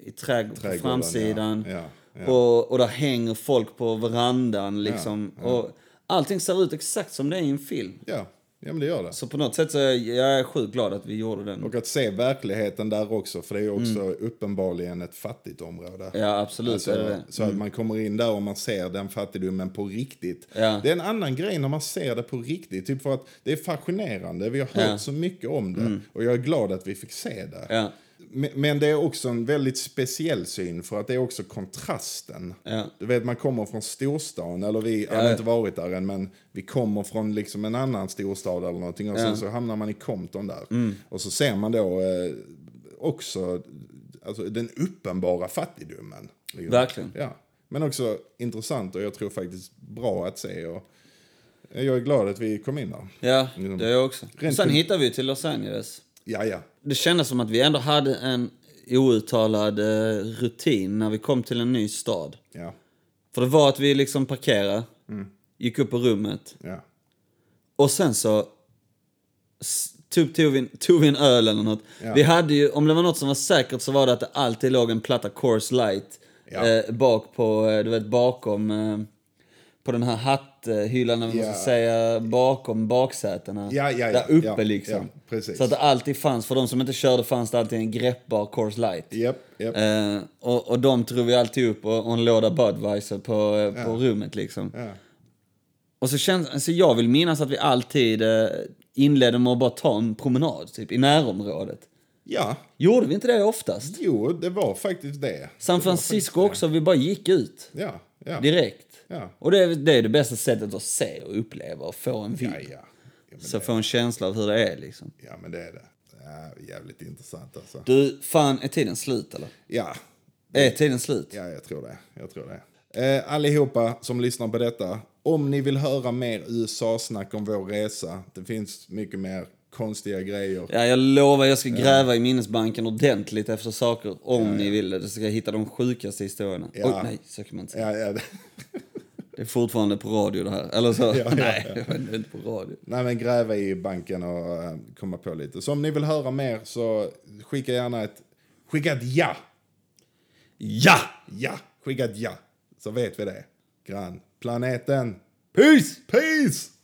Speaker 1: i trädg- på
Speaker 2: Trädgården,
Speaker 1: framsidan.
Speaker 2: ja, ja, ja.
Speaker 1: Och, och där hänger folk på verandan liksom. Och allting ser ut exakt som det är i en film.
Speaker 2: Ja, ja men det gör det.
Speaker 1: Så på något sätt så är jag, jag är sjukt glad att vi gjorde den.
Speaker 2: Och att se verkligheten där också, för det är ju också uppenbarligen ett fattigt område.
Speaker 1: Mm. Ja, absolut
Speaker 2: Alltså,
Speaker 1: är det Mm. det.
Speaker 2: Så att man kommer in där och man ser den fattigdomen på riktigt.
Speaker 1: Ja.
Speaker 2: Det är en annan grej när man ser det på riktigt. Typ för att det är fascinerande, vi har hört så mycket om det. Och jag är glad att vi fick se det.
Speaker 1: Mm. Ja.
Speaker 2: Men- Men det är också en väldigt speciell syn för att det är också kontrasten.
Speaker 1: Ja.
Speaker 2: Du vet man kommer från storstan, eller vi har inte varit där än men vi kommer från liksom en annan storstad eller någonting och sen så hamnar man i Compton där.
Speaker 1: Mm.
Speaker 2: Och så ser man då eh, också alltså, den uppenbara fattigdomen. Liksom.
Speaker 1: Verkligen.
Speaker 2: Ja. Men också intressant och jag tror faktiskt bra att se. Och jag är glad att vi kom in där.
Speaker 1: Ja,
Speaker 2: Mm.
Speaker 1: det är jag också.
Speaker 2: Rent
Speaker 1: Sen
Speaker 2: kul.
Speaker 1: hittade vi till Los Angeles.
Speaker 2: Ja, ja.
Speaker 1: det kändes som att vi ändå hade en outtalad eh, rutin när vi kom till en ny stad.
Speaker 2: Ja,
Speaker 1: För det var att vi liksom parkerade, gick upp på rummet
Speaker 2: ja.
Speaker 1: och sen så s- typ tog vi, en- tog vi en öl eller något.
Speaker 2: Ja.
Speaker 1: Vi hade ju, om det var något som var säkert så var det att det alltid låg en platta Coors Light
Speaker 2: Ja.
Speaker 1: eh, bak på, eh, du vet bakom, eh, på den här hatthyllan, eller vad man
Speaker 2: Ja.
Speaker 1: ska säga, bakom baksätena.
Speaker 2: Ja, ja, ja.
Speaker 1: där uppe
Speaker 2: Ja,
Speaker 1: liksom.
Speaker 2: ja, precis.
Speaker 1: så att det alltid fanns, för de som inte körde fanns det alltid en greppbar Coors Light.
Speaker 2: Japp, japp.
Speaker 1: Eh, och, och de drog vi alltid upp och, och en låda Budweiser på, eh, på rummet liksom.
Speaker 2: Ja.
Speaker 1: Och så känns, alltså jag vill minnas att vi alltid eh, inledde med att bara ta en promenad typ, i närområdet.
Speaker 2: ja.
Speaker 1: Gjorde vi inte det oftast?
Speaker 2: Jo, det var faktiskt det.
Speaker 1: San Francisco också, vi bara gick ut
Speaker 2: Ja, ja.
Speaker 1: direkt.
Speaker 2: Ja.
Speaker 1: Och det är, det är det bästa sättet att se och uppleva och få en
Speaker 2: Ja,
Speaker 1: bild.
Speaker 2: ja. Ja, men,
Speaker 1: Så få en känsla av hur det är liksom.
Speaker 2: ja, men det är det. Ja, jävligt intressant alltså.
Speaker 1: Du, fan, är tiden slut eller?
Speaker 2: Ja,
Speaker 1: Är tiden slut?
Speaker 2: ja jag tror det. Jag tror det. Eh, allihopa som lyssnar på detta, om ni vill höra mer USA-snack om vår resa, det finns mycket mer konstiga grejer.
Speaker 1: Ja, jag lovar, jag ska gräva i minnesbanken ordentligt efter saker om ni vill det. Så ska jag hitta de sjukaste historierna.
Speaker 2: Ja.
Speaker 1: Oj, nej, så kan man inte säga.
Speaker 2: Ja, ja.
Speaker 1: Det är fortfarande på radio det här. Eller så,
Speaker 2: ja,
Speaker 1: nej, det var inte på radio.
Speaker 2: Nej, men gräva i banken och eh, komma på lite. Så om ni vill höra mer så skicka gärna ett... Skicka ett ja!
Speaker 1: Ja!
Speaker 2: Ja! Skicka ett ja! Så vet vi det. Grannplaneten.
Speaker 1: Peace!
Speaker 2: Peace!